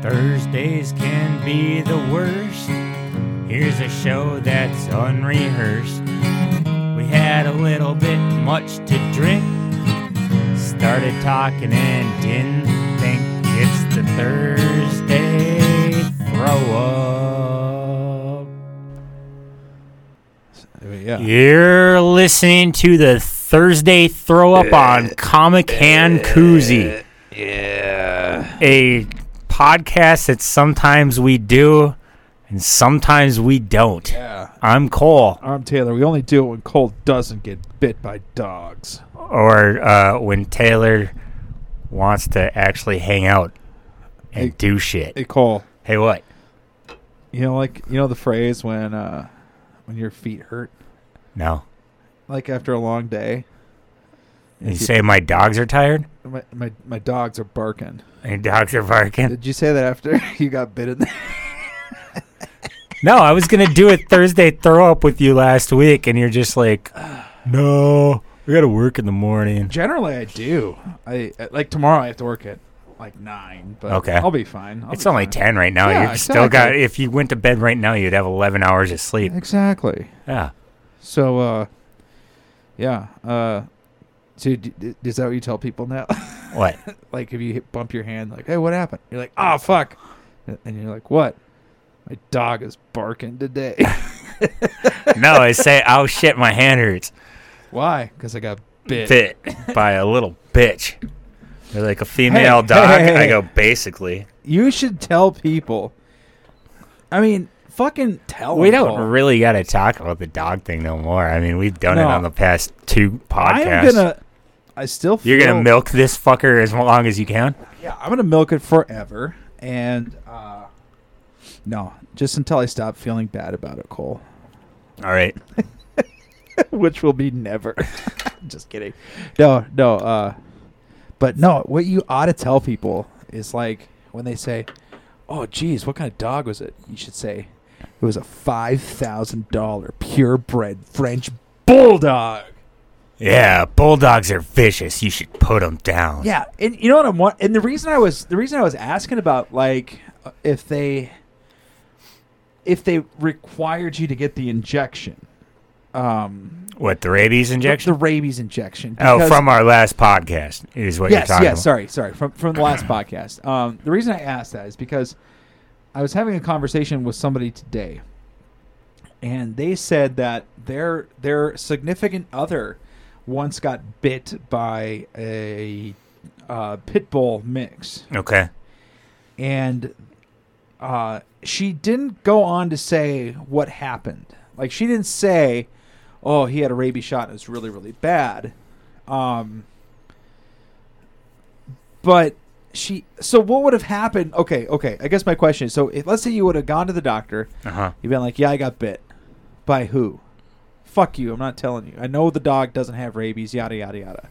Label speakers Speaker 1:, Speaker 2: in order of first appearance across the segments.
Speaker 1: Thursdays can be the worst. Here's a show that's unrehearsed. We had a little bit much to drink. Started talking and didn't think it's the Thursday throw up.
Speaker 2: Yeah.
Speaker 1: You're listening to the Thursday throw
Speaker 2: Eh,
Speaker 1: up on Comic Can Koozie.
Speaker 2: Yeah.
Speaker 1: a podcast that sometimes we do and sometimes we don't. I'm Cole,
Speaker 2: I'm Taylor. We only do it when Cole doesn't get bit by dogs.
Speaker 1: or uh, when Taylor wants to actually hang out and
Speaker 2: Hey.
Speaker 1: do shit.
Speaker 2: Hey Cole,
Speaker 1: Hey, what?
Speaker 2: you know like you know the phrase when uh when your feet hurt
Speaker 1: No.
Speaker 2: like after a long day.
Speaker 1: You
Speaker 2: If
Speaker 1: say my dogs are tired?
Speaker 2: my, my my dogs are barking.
Speaker 1: My dogs are barking?
Speaker 2: Did you say that after you got bitten?
Speaker 1: No, I was going to do a Thursday throw up with you last week, and you're just like, no, we got to work in the morning.
Speaker 2: Generally, I do. I uh, like tomorrow. I have to work at like nine, but
Speaker 1: Okay.
Speaker 2: I'll be fine. I'll
Speaker 1: It's
Speaker 2: be
Speaker 1: only
Speaker 2: fine.
Speaker 1: 10 right now.
Speaker 2: Yeah,
Speaker 1: You've still got,
Speaker 2: exactly.
Speaker 1: if you went to bed right now, you'd have 11 hours of sleep.
Speaker 2: Exactly.
Speaker 1: Yeah.
Speaker 2: So, uh, yeah. Uh, so d- d- is that what you tell people now?
Speaker 1: What?
Speaker 2: like if you hit, bump your hand, like, hey, what happened? You're like, oh fuck, and you're like, what? My dog is barking today.
Speaker 1: no, I say, oh shit, my hand hurts.
Speaker 2: Why? Because I got bit.
Speaker 1: Bit by a little bitch. They're like a female
Speaker 2: Hey,
Speaker 1: dog.
Speaker 2: hey, hey,
Speaker 1: I
Speaker 2: hey.
Speaker 1: go, basically.
Speaker 2: You should tell people. I mean, fucking tell.
Speaker 1: We
Speaker 2: them,
Speaker 1: don't
Speaker 2: Paul.
Speaker 1: really got to talk about the dog thing no more. I mean, we've done it
Speaker 2: No.
Speaker 1: on the past two podcasts.
Speaker 2: I'm gonna. I still.
Speaker 1: You're going to
Speaker 2: feel-
Speaker 1: milk this fucker as long as you can?
Speaker 2: Yeah, I'm gonna milk it forever, and uh, no, just until I stop feeling bad about it, Cole.
Speaker 1: All right.
Speaker 2: which will be never. Just kidding. No, no. Uh, but no, what you ought to tell people is like when they say, "Oh, geez, what kind of dog was it?" You should say, "It was a five thousand dollar purebred French bulldog."
Speaker 1: Yeah, bulldogs are vicious. You should put them down.
Speaker 2: Yeah, and you know what I'm. wa- And the reason I was the reason I was asking about like uh, if they if they required you to get the injection, um,
Speaker 1: What, the rabies
Speaker 2: the-
Speaker 1: injection?
Speaker 2: the rabies injection.
Speaker 1: oh,
Speaker 2: because-
Speaker 1: from our last podcast is what
Speaker 2: yes,
Speaker 1: you're talking
Speaker 2: yes.
Speaker 1: about.
Speaker 2: Sorry, sorry. From from the last podcast. Um, the reason I asked that is because I was having a conversation with somebody today, and they said that their their significant other once got bit by a uh, pit bull mix,
Speaker 1: Okay.
Speaker 2: and uh, she didn't go on to say what happened. Like she didn't say, "Oh, he had a rabies shot and it was really, really bad." Um, but she. So what would have happened? Okay, okay. I guess my question is: so if, let's say you would have gone to the doctor,
Speaker 1: Uh huh.
Speaker 2: you've been like, "Yeah, I got bit." By who? Fuck you! I'm not telling you. I know the dog doesn't have rabies. Yada yada yada.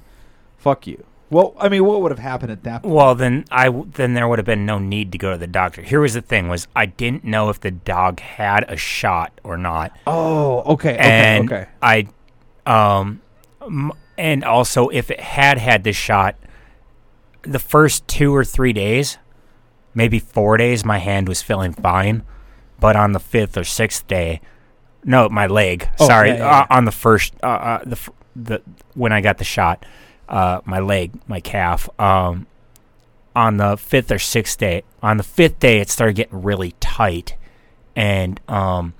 Speaker 2: Fuck you. Well, I mean, what would have happened at that point?
Speaker 1: Well, then I w- then there would have been no need to go to the doctor. Here was the thing: was I didn't know if the dog had a shot or not,
Speaker 2: Oh, okay, okay,
Speaker 1: and
Speaker 2: okay.
Speaker 1: I, um, m- and also if it had had the shot, the first two or three days, maybe four days, my hand was feeling fine, but on the fifth or sixth day, no, my leg.
Speaker 2: Oh,
Speaker 1: sorry,
Speaker 2: yeah, yeah,
Speaker 1: Uh, on the first, uh, uh, the f- the when I got the shot, uh, my leg, my calf, um, on the fifth or sixth day. On the fifth day, it started getting really tight, and um,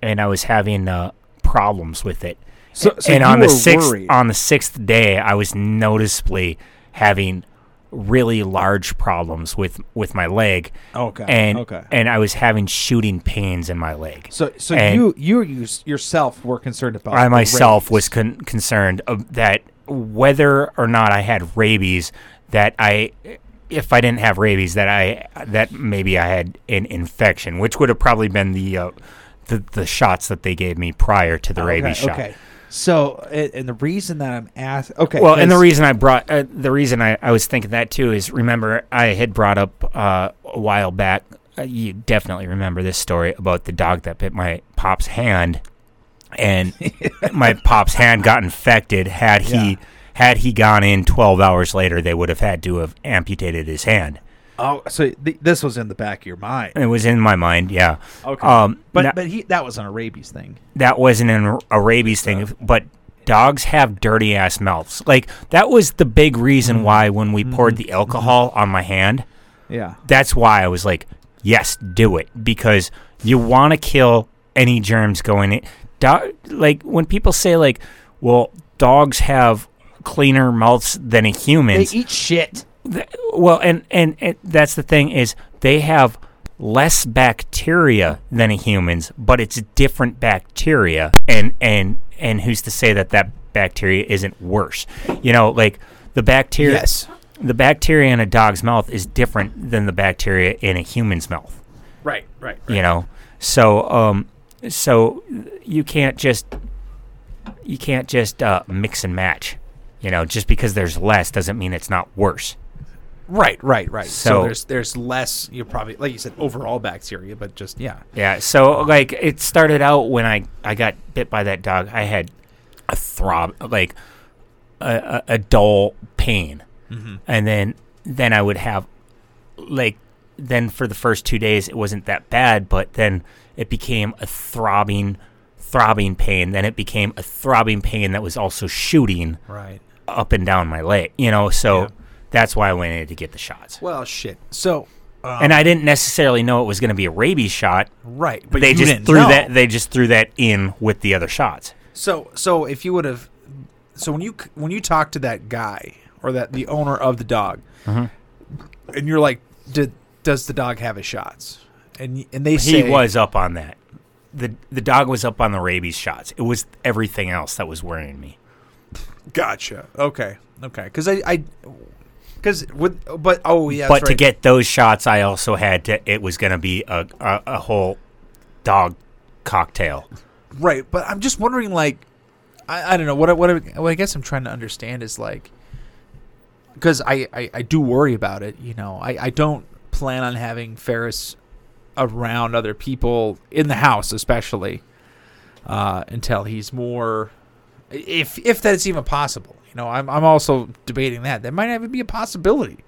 Speaker 1: and I was having uh, problems with it.
Speaker 2: So- so
Speaker 1: and
Speaker 2: you
Speaker 1: on the
Speaker 2: were
Speaker 1: sixth
Speaker 2: worried.
Speaker 1: on the sixth day, I was noticeably having really large problems with with my leg,
Speaker 2: Okay.
Speaker 1: and
Speaker 2: okay.
Speaker 1: and I was having shooting pains in my leg.
Speaker 2: so so
Speaker 1: and-
Speaker 2: you you you s- yourself were concerned about
Speaker 1: I
Speaker 2: the
Speaker 1: myself
Speaker 2: rabies.
Speaker 1: was con- concerned of that whether or not I had rabies, that I, if I didn't have rabies, that I that maybe I had an infection, which would have probably been the uh, the the shots that they gave me prior to the rabies
Speaker 2: okay,
Speaker 1: shot.
Speaker 2: Okay. So a- and the reason that I'm asking okay
Speaker 1: Well, and the
Speaker 2: 'cause-
Speaker 1: reason I brought uh, the reason I, I was thinking that too is remember I had brought up uh, a while back. Uh, you definitely remember this story about the dog that bit my pop's hand, and my pop's hand got infected. Had he
Speaker 2: Yeah.
Speaker 1: had he gone in twelve hours later, they would have had to have amputated his hand.
Speaker 2: Oh, so th- this was in the back of your mind.
Speaker 1: It was in my mind, yeah.
Speaker 2: Okay.
Speaker 1: Um,
Speaker 2: but
Speaker 1: na-
Speaker 2: but he that wasn't a rabies thing.
Speaker 1: that wasn't an, a rabies thing, but dogs have dirty ass mouths. Like that was the big reason why when we poured the alcohol on my hand,
Speaker 2: Yeah.
Speaker 1: that's why I was like, yes, do it because you want to kill any germs going in. Do- like when people say like, well, dogs have cleaner mouths than a
Speaker 2: They
Speaker 1: human's.
Speaker 2: eat shit.
Speaker 1: Th- well, and, and and that's the thing is they have less bacteria than a humans, but it's different bacteria. And and and who's to say that that bacteria isn't worse? You know, like the bacteria
Speaker 2: Yes.
Speaker 1: the bacteria in a dog's mouth is different than the bacteria in a human's mouth.
Speaker 2: Right, right.
Speaker 1: You know, so um, so you can't just you can't just uh, mix and match. You know, just because there's less doesn't mean it's not worse.
Speaker 2: Right, right, right. So,
Speaker 1: So-
Speaker 2: there's there's less you probably like you said overall bacteria, but just yeah.
Speaker 1: Yeah. So like it started out when I I got bit by that dog. I had a throb like a a, a dull pain, and then then I would have like then for the first two days it wasn't that bad, but then it became a throbbing throbbing pain. Then it became a throbbing pain that was also shooting
Speaker 2: Right.
Speaker 1: up and down my leg. You know, so.
Speaker 2: Yeah.
Speaker 1: That's why I went in to get the shots.
Speaker 2: Well, shit. So um,
Speaker 1: And I didn't necessarily know it was going to be a rabies shot
Speaker 2: right, but
Speaker 1: they
Speaker 2: you
Speaker 1: just
Speaker 2: didn't
Speaker 1: threw
Speaker 2: know.
Speaker 1: that they just threw that in with the other shots.
Speaker 2: So so if you would have so when you c- when you talk to that guy or that the owner of the dog,
Speaker 1: Mm-hmm.
Speaker 2: and you're like, did does the dog have his shots? And y- and
Speaker 1: He
Speaker 2: they say
Speaker 1: was up on that. The the dog was up on the rabies shots. It was everything else that was worrying me.
Speaker 2: Gotcha. Okay. Okay. Because I, I, because with, but oh yeah.
Speaker 1: but
Speaker 2: that's
Speaker 1: to
Speaker 2: right.
Speaker 1: get those shots I also had to it was going to be a, a a whole dog cocktail.
Speaker 2: right, but I'm just wondering, like, I, I don't know what I, what I, what I guess I'm trying to understand is like, because I, I I do worry about it. You know, I I don't plan on having Ferris around other people in the house, especially uh, until he's more, if if that's even possible. You know, I'm I'm also debating that. That might not even be a possibility.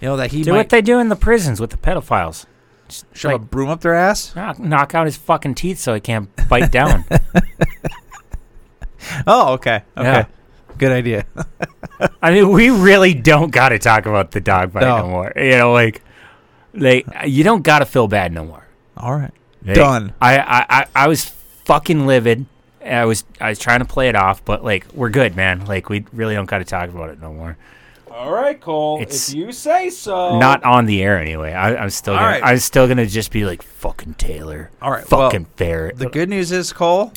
Speaker 2: You know that he
Speaker 1: Do
Speaker 2: might
Speaker 1: what they do in the prisons with the pedophiles. Just
Speaker 2: shove
Speaker 1: like,
Speaker 2: a broom up their ass.
Speaker 1: knock, knock out his fucking teeth so he can't bite down.
Speaker 2: Oh, okay.
Speaker 1: Yeah.
Speaker 2: Okay. Good idea.
Speaker 1: I mean, we really don't got to talk about the dog bite
Speaker 2: No.
Speaker 1: no more. You know, like like you don't got to feel bad no more.
Speaker 2: All right.
Speaker 1: They-
Speaker 2: Done.
Speaker 1: I, I, I, I was fucking livid. and I was I was trying to play it off, but like we're good, man. Like we really don't got to talk about it no more.
Speaker 2: All right, Cole.
Speaker 1: It's-
Speaker 2: if you say so.
Speaker 1: Not on the air anyway. I, I'm still
Speaker 2: All
Speaker 1: gonna
Speaker 2: right.
Speaker 1: I'm still gonna just be like fucking Taylor.
Speaker 2: All right, well,
Speaker 1: fucking Ferret.
Speaker 2: The good news is, Cole,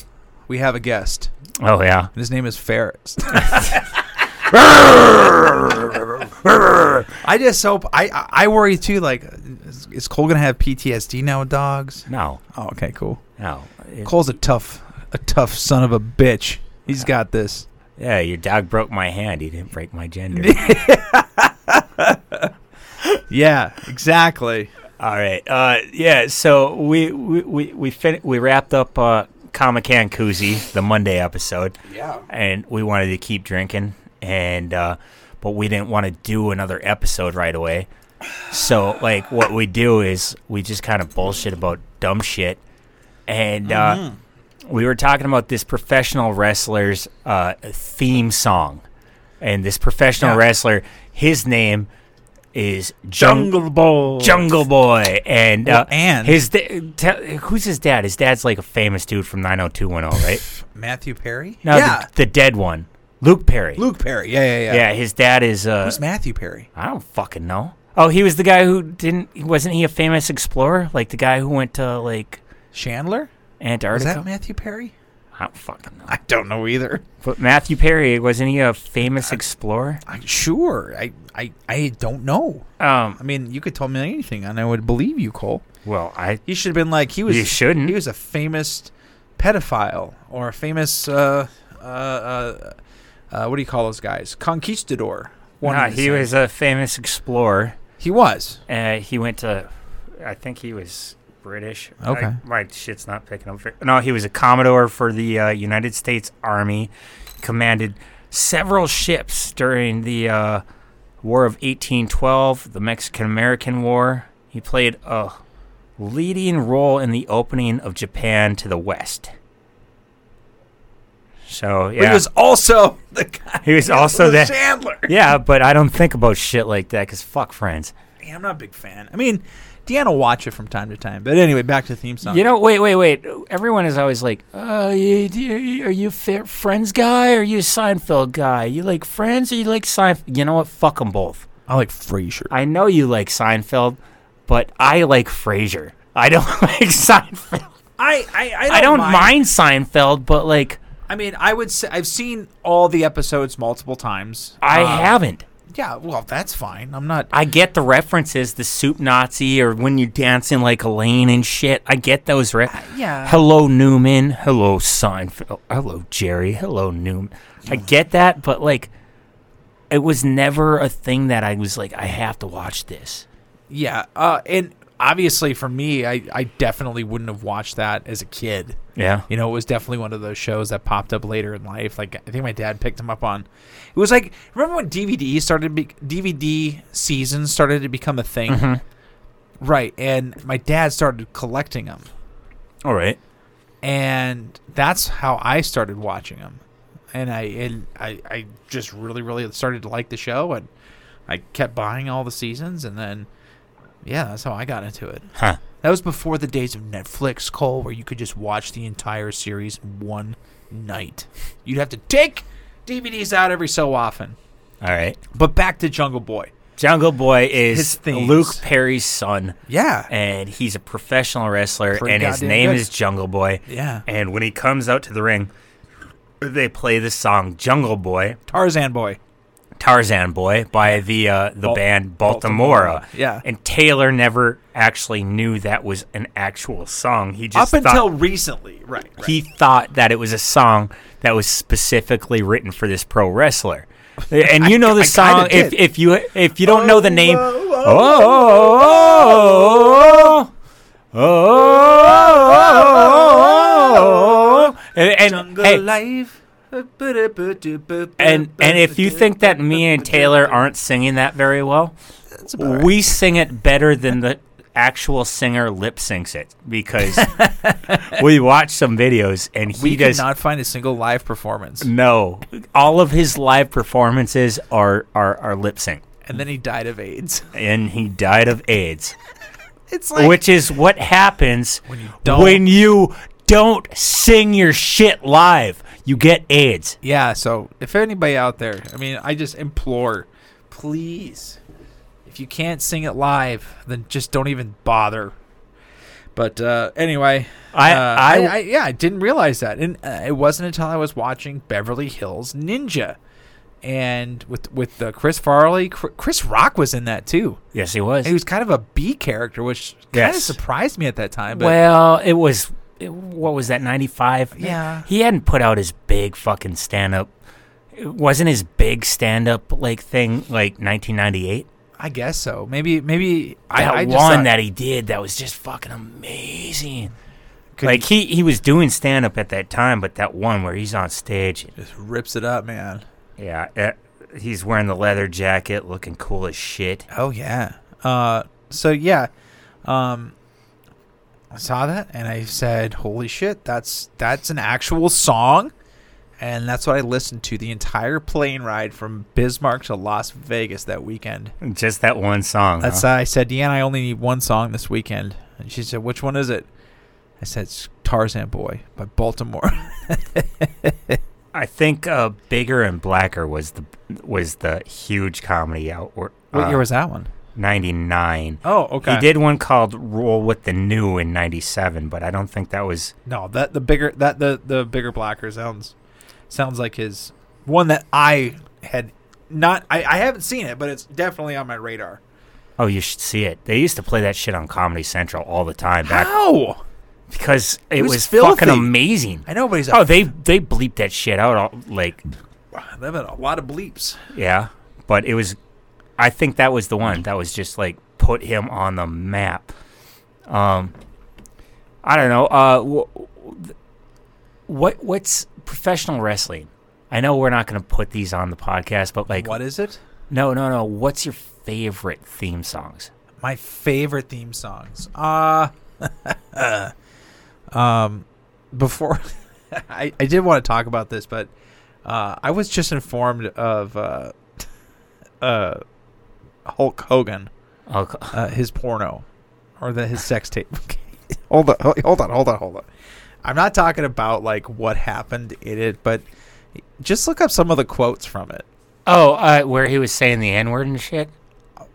Speaker 2: we have a guest.
Speaker 1: oh yeah.
Speaker 2: And his name is Ferris. I just hope I I I worry too. Like, is, is Cole gonna have PTSD now with dogs?
Speaker 1: No,
Speaker 2: Oh, okay, cool.
Speaker 1: no. It-
Speaker 2: Cole's a tough, a tough son of a bitch. He's got this.
Speaker 1: yeah, your dog broke my hand. He didn't break my gender.
Speaker 2: Yeah, exactly.
Speaker 1: All right. Uh, yeah. So we we we we, fin- we wrapped up uh, Comic Con Koozie, the Monday episode.
Speaker 2: Yeah.
Speaker 1: and we wanted to keep drinking and uh but we didn't want to do another episode right away so like what we do is we just kind of bullshit about dumb shit and uh
Speaker 2: Mm-hmm.
Speaker 1: we were talking about this professional wrestler's uh theme song and this professional
Speaker 2: Yeah.
Speaker 1: wrestler his name is Jung-
Speaker 2: Jungle Bowl.
Speaker 1: Jungle Boy, and
Speaker 2: Well,
Speaker 1: uh,
Speaker 2: and-
Speaker 1: his da- tell who's his dad? His dad's like a famous dude from 90210, right?
Speaker 2: Matthew Perry.
Speaker 1: No,
Speaker 2: yeah.
Speaker 1: the, the dead one, Luke Perry.
Speaker 2: Luke Perry. Yeah, yeah, yeah.
Speaker 1: Yeah, his dad is. Uh,
Speaker 2: Who's Matthew Perry?
Speaker 1: I don't fucking know. Oh, he was the guy who didn't. Wasn't he a famous explorer? Like the guy who went to like
Speaker 2: Chandler? Is
Speaker 1: Antarctica.
Speaker 2: that Matthew Perry?
Speaker 1: I don't fucking know.
Speaker 2: I don't know either.
Speaker 1: But Matthew Perry wasn't he a famous explorer?
Speaker 2: I, sure. I, I I don't know. I
Speaker 1: Um.
Speaker 2: mean, you could tell me anything and I would believe you, Cole.
Speaker 1: Well, I.
Speaker 2: You should have been like he was
Speaker 1: You shouldn't.
Speaker 2: he was a famous pedophile or a famous uh uh uh, uh what do you call those guys? Conquistador. One
Speaker 1: Nah,
Speaker 2: and the
Speaker 1: he
Speaker 2: same.
Speaker 1: was a famous explorer.
Speaker 2: He was.
Speaker 1: Uh, he went to. I think he was British.
Speaker 2: Okay.
Speaker 1: I- my shit's not picking up. very- No, he was a commodore for the uh, United States Army. Commanded several ships during the uh, War of 1812, the Mexican American War. He played a leading role in the opening of Japan to the West. So, yeah.
Speaker 2: But he was Oh, also the guy.
Speaker 1: He was also
Speaker 2: the
Speaker 1: that-
Speaker 2: Chandler.
Speaker 1: yeah, but I don't think about shit like that because fuck friends.
Speaker 2: Yeah, I'm not a big fan. I mean, Deanna will watch it from time to time. But anyway, back to the theme song.
Speaker 1: You know, wait, wait, wait. Everyone is always like, "Oh, you, do you- are you Fa- Friends guy? Or are you Seinfeld guy? You like Friends or you like Seinfeld? You know what? Fuck them both.
Speaker 2: I like Frasier.
Speaker 1: I know you like Seinfeld, but I like Frasier. I don't like Seinfeld.
Speaker 2: I I, I, don't,
Speaker 1: I don't mind Seinfeld, but like
Speaker 2: I mean, I would say I've seen all the episodes multiple times.
Speaker 1: I
Speaker 2: Uh,
Speaker 1: haven't.
Speaker 2: Yeah, well, that's fine. I'm not.
Speaker 1: I get the references, the soup Nazi, or when you're dancing like Elaine and shit. I get those. Re-
Speaker 2: yeah.
Speaker 1: Hello Newman. Hello Seinfeld. Oh, Hello Jerry. Hello Newman. I get that, but like, it was never a thing that I was like, I have to watch this.
Speaker 2: Yeah. Uh, and obviously, for me, I, I definitely wouldn't have watched that as a kid.
Speaker 1: Yeah.
Speaker 2: You know, it was definitely one of those shows that popped up later in life. Like I think my dad picked them up on. It was like remember when DVD started to be, DVD seasons started to become a thing,
Speaker 1: Mm-hmm.
Speaker 2: right? And my dad started collecting them,
Speaker 1: All right.
Speaker 2: and that's how I started watching them. And I and I, I just really really started to like the show, and I kept buying all the seasons, and then yeah, that's how I got into it.
Speaker 1: Huh.
Speaker 2: That was before the days of Netflix, Cole, where you could just watch the entire series in one night. You'd have to take DVDs out every so often.
Speaker 1: All right.
Speaker 2: But back to Jungle Boy.
Speaker 1: Jungle Boy
Speaker 2: His
Speaker 1: is
Speaker 2: themes.
Speaker 1: Luke Perry's son,
Speaker 2: Yeah.
Speaker 1: and he's a professional wrestler,
Speaker 2: Pretty
Speaker 1: and his
Speaker 2: goddamn
Speaker 1: name
Speaker 2: good.
Speaker 1: is Jungle Boy.
Speaker 2: yeah.
Speaker 1: And when he comes out to the ring, they play the song Jungle Boy,
Speaker 2: Tarzan Boy.
Speaker 1: Tarzan Boy by the uh, the
Speaker 2: Bal-
Speaker 1: band Baltimora.
Speaker 2: Baltimora, yeah.
Speaker 1: And Taylor never actually knew that was an actual song. He
Speaker 2: Up
Speaker 1: just thought,
Speaker 2: until recently. Right. right.
Speaker 1: he thought that it was a song that was specifically written for this pro wrestler. And you know the
Speaker 2: I
Speaker 1: song
Speaker 2: kinda
Speaker 1: if,
Speaker 2: did.
Speaker 1: if you if you don't know the name
Speaker 2: whoa, whoa,
Speaker 1: Oh, oh, oh, oh, oh, oh. and, and
Speaker 2: Jungle
Speaker 1: hey,
Speaker 2: Life.
Speaker 1: and
Speaker 2: And
Speaker 1: and if you think that me and Taylor aren't singing that very well,
Speaker 2: about
Speaker 1: we sing it better than the actual singer lip syncs it because we watched some videos and he
Speaker 2: we
Speaker 1: does
Speaker 2: did not find a single live performance,
Speaker 1: no. All of his live performances are are, are lip sync,
Speaker 2: and then he died of AIDS.
Speaker 1: and he died of AIDS,
Speaker 2: It's like
Speaker 1: which is what happens when
Speaker 2: you don't-
Speaker 1: when you don't sing your shit live. You get AIDS.
Speaker 2: Yeah, so if anybody out there, I mean, I just implore, please, if you can't sing it live, then just don't even bother. But uh, anyway,
Speaker 1: I-
Speaker 2: uh,
Speaker 1: I-
Speaker 2: I, yeah, I didn't realize that, and uh, it wasn't until I was watching Beverly Hills Ninja, and with with uh, Chris Farley, Chr- Chris Rock was in that too.
Speaker 1: Yes, he was.
Speaker 2: And he was kind of a B character, which kind of
Speaker 1: Yes.
Speaker 2: surprised me at that time. But
Speaker 1: Well, it was it, what was that 95?
Speaker 2: Yeah.
Speaker 1: He hadn't put out his big fucking stand up. It wasn't his big stand up like thing like 1998.
Speaker 2: I guess so. Maybe maybe
Speaker 1: That
Speaker 2: I, I
Speaker 1: one
Speaker 2: just thought-
Speaker 1: that he did that was just fucking amazing.
Speaker 2: Could
Speaker 1: like he he was doing stand up at that time, but that one where he's on stage,
Speaker 2: just rips it up, man.
Speaker 1: yeah, eh, he's wearing the leather jacket, looking cool as shit.
Speaker 2: Oh yeah. Uh, so yeah, um, I saw that and I said, "Holy shit! That's that's an actual song," and that's what I listened to the entire plane ride from Bismarck to Las Vegas that weekend.
Speaker 1: Just that one song.
Speaker 2: That's
Speaker 1: huh?
Speaker 2: I said, "Deanna, I only need one song this weekend," and she said, "Which one is it?" I said, "It's "Tarzan Boy" by Baltimore.
Speaker 1: I think uh, bigger and blacker was the was the huge comedy out. Or,
Speaker 2: what
Speaker 1: uh,
Speaker 2: year was that one?
Speaker 1: 99.
Speaker 2: Oh, okay.
Speaker 1: He did one called Roll with the New in 97, but I don't think that was.
Speaker 2: No, that the bigger that the the bigger blacker sounds sounds like his one that I had not I, I haven't seen it, but it's definitely on my radar.
Speaker 1: Oh, you should see it. They used to play that shit on Comedy Central all the time back
Speaker 2: How?
Speaker 1: because it,
Speaker 2: was
Speaker 1: was,
Speaker 2: filthy.
Speaker 1: fucking amazing.
Speaker 2: I know, but he's a,
Speaker 1: Oh, they they bleeped that shit out all, like
Speaker 2: they've had a lot of bleeps.
Speaker 1: yeah, but it was I think that was the one that was just like put him on the map. Um I don't know. Uh wh- what what's professional wrestling? I know we're not going to put these on the podcast, but like
Speaker 2: What is it?
Speaker 1: No, no, no. What's your favorite theme songs?
Speaker 2: My favorite theme songs. Uh um before I, I did want to talk about this, but uh, I was just informed of uh, uh, Hulk Hogan,
Speaker 1: Oh,
Speaker 2: uh, his porno, or the his sex tape. Okay. hold on, hold hold on, hold on, hold on. I'm not talking about like what happened in it, but just look up some of the quotes from it.
Speaker 1: oh uh, where he was saying the N word and shit?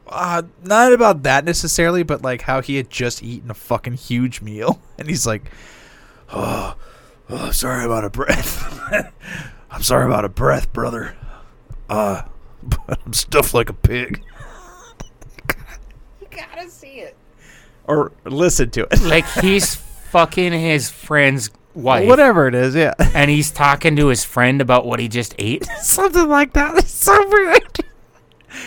Speaker 2: uh, not about that necessarily, but like how he had just eaten a fucking huge meal, and he's like, "Oh, oh I'm sorry about a breath. I'm sorry about a breath, brother. Uh, but I'm stuffed like a pig." you gotta see it or listen to it.
Speaker 1: Like he's fucking his friend's wife.
Speaker 2: Whatever it is, yeah,
Speaker 1: And he's talking to his friend about what he just ate.
Speaker 2: something like that. It's so weird.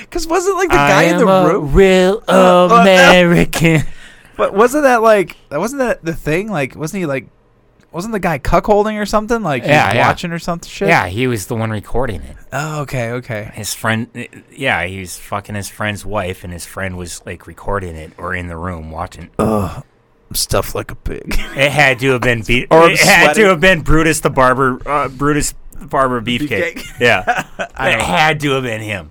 Speaker 2: Because wasn't like the
Speaker 1: I
Speaker 2: guy in the
Speaker 1: am a
Speaker 2: room?
Speaker 1: real
Speaker 2: Uh, uh, no.
Speaker 1: American.
Speaker 2: But wasn't that like that? Wasn't that the thing? Like, wasn't he like? Wasn't the guy cuckolding or something? Like, he
Speaker 1: Yeah,
Speaker 2: was
Speaker 1: yeah.
Speaker 2: watching or something? Shit.
Speaker 1: yeah, he was the one recording it.
Speaker 2: Oh, okay, okay.
Speaker 1: His friend, yeah, he was fucking his friend's wife, and his friend was like recording it or in the room watching.
Speaker 2: I'm stuffed like a pig.
Speaker 1: It had to have been beat.
Speaker 2: Or I'm
Speaker 1: it had
Speaker 2: sweating.
Speaker 1: to have been Brutus the barber, uh, Brutus the barber beefcake.
Speaker 2: Beefcake.
Speaker 1: Yeah, it had to have been him.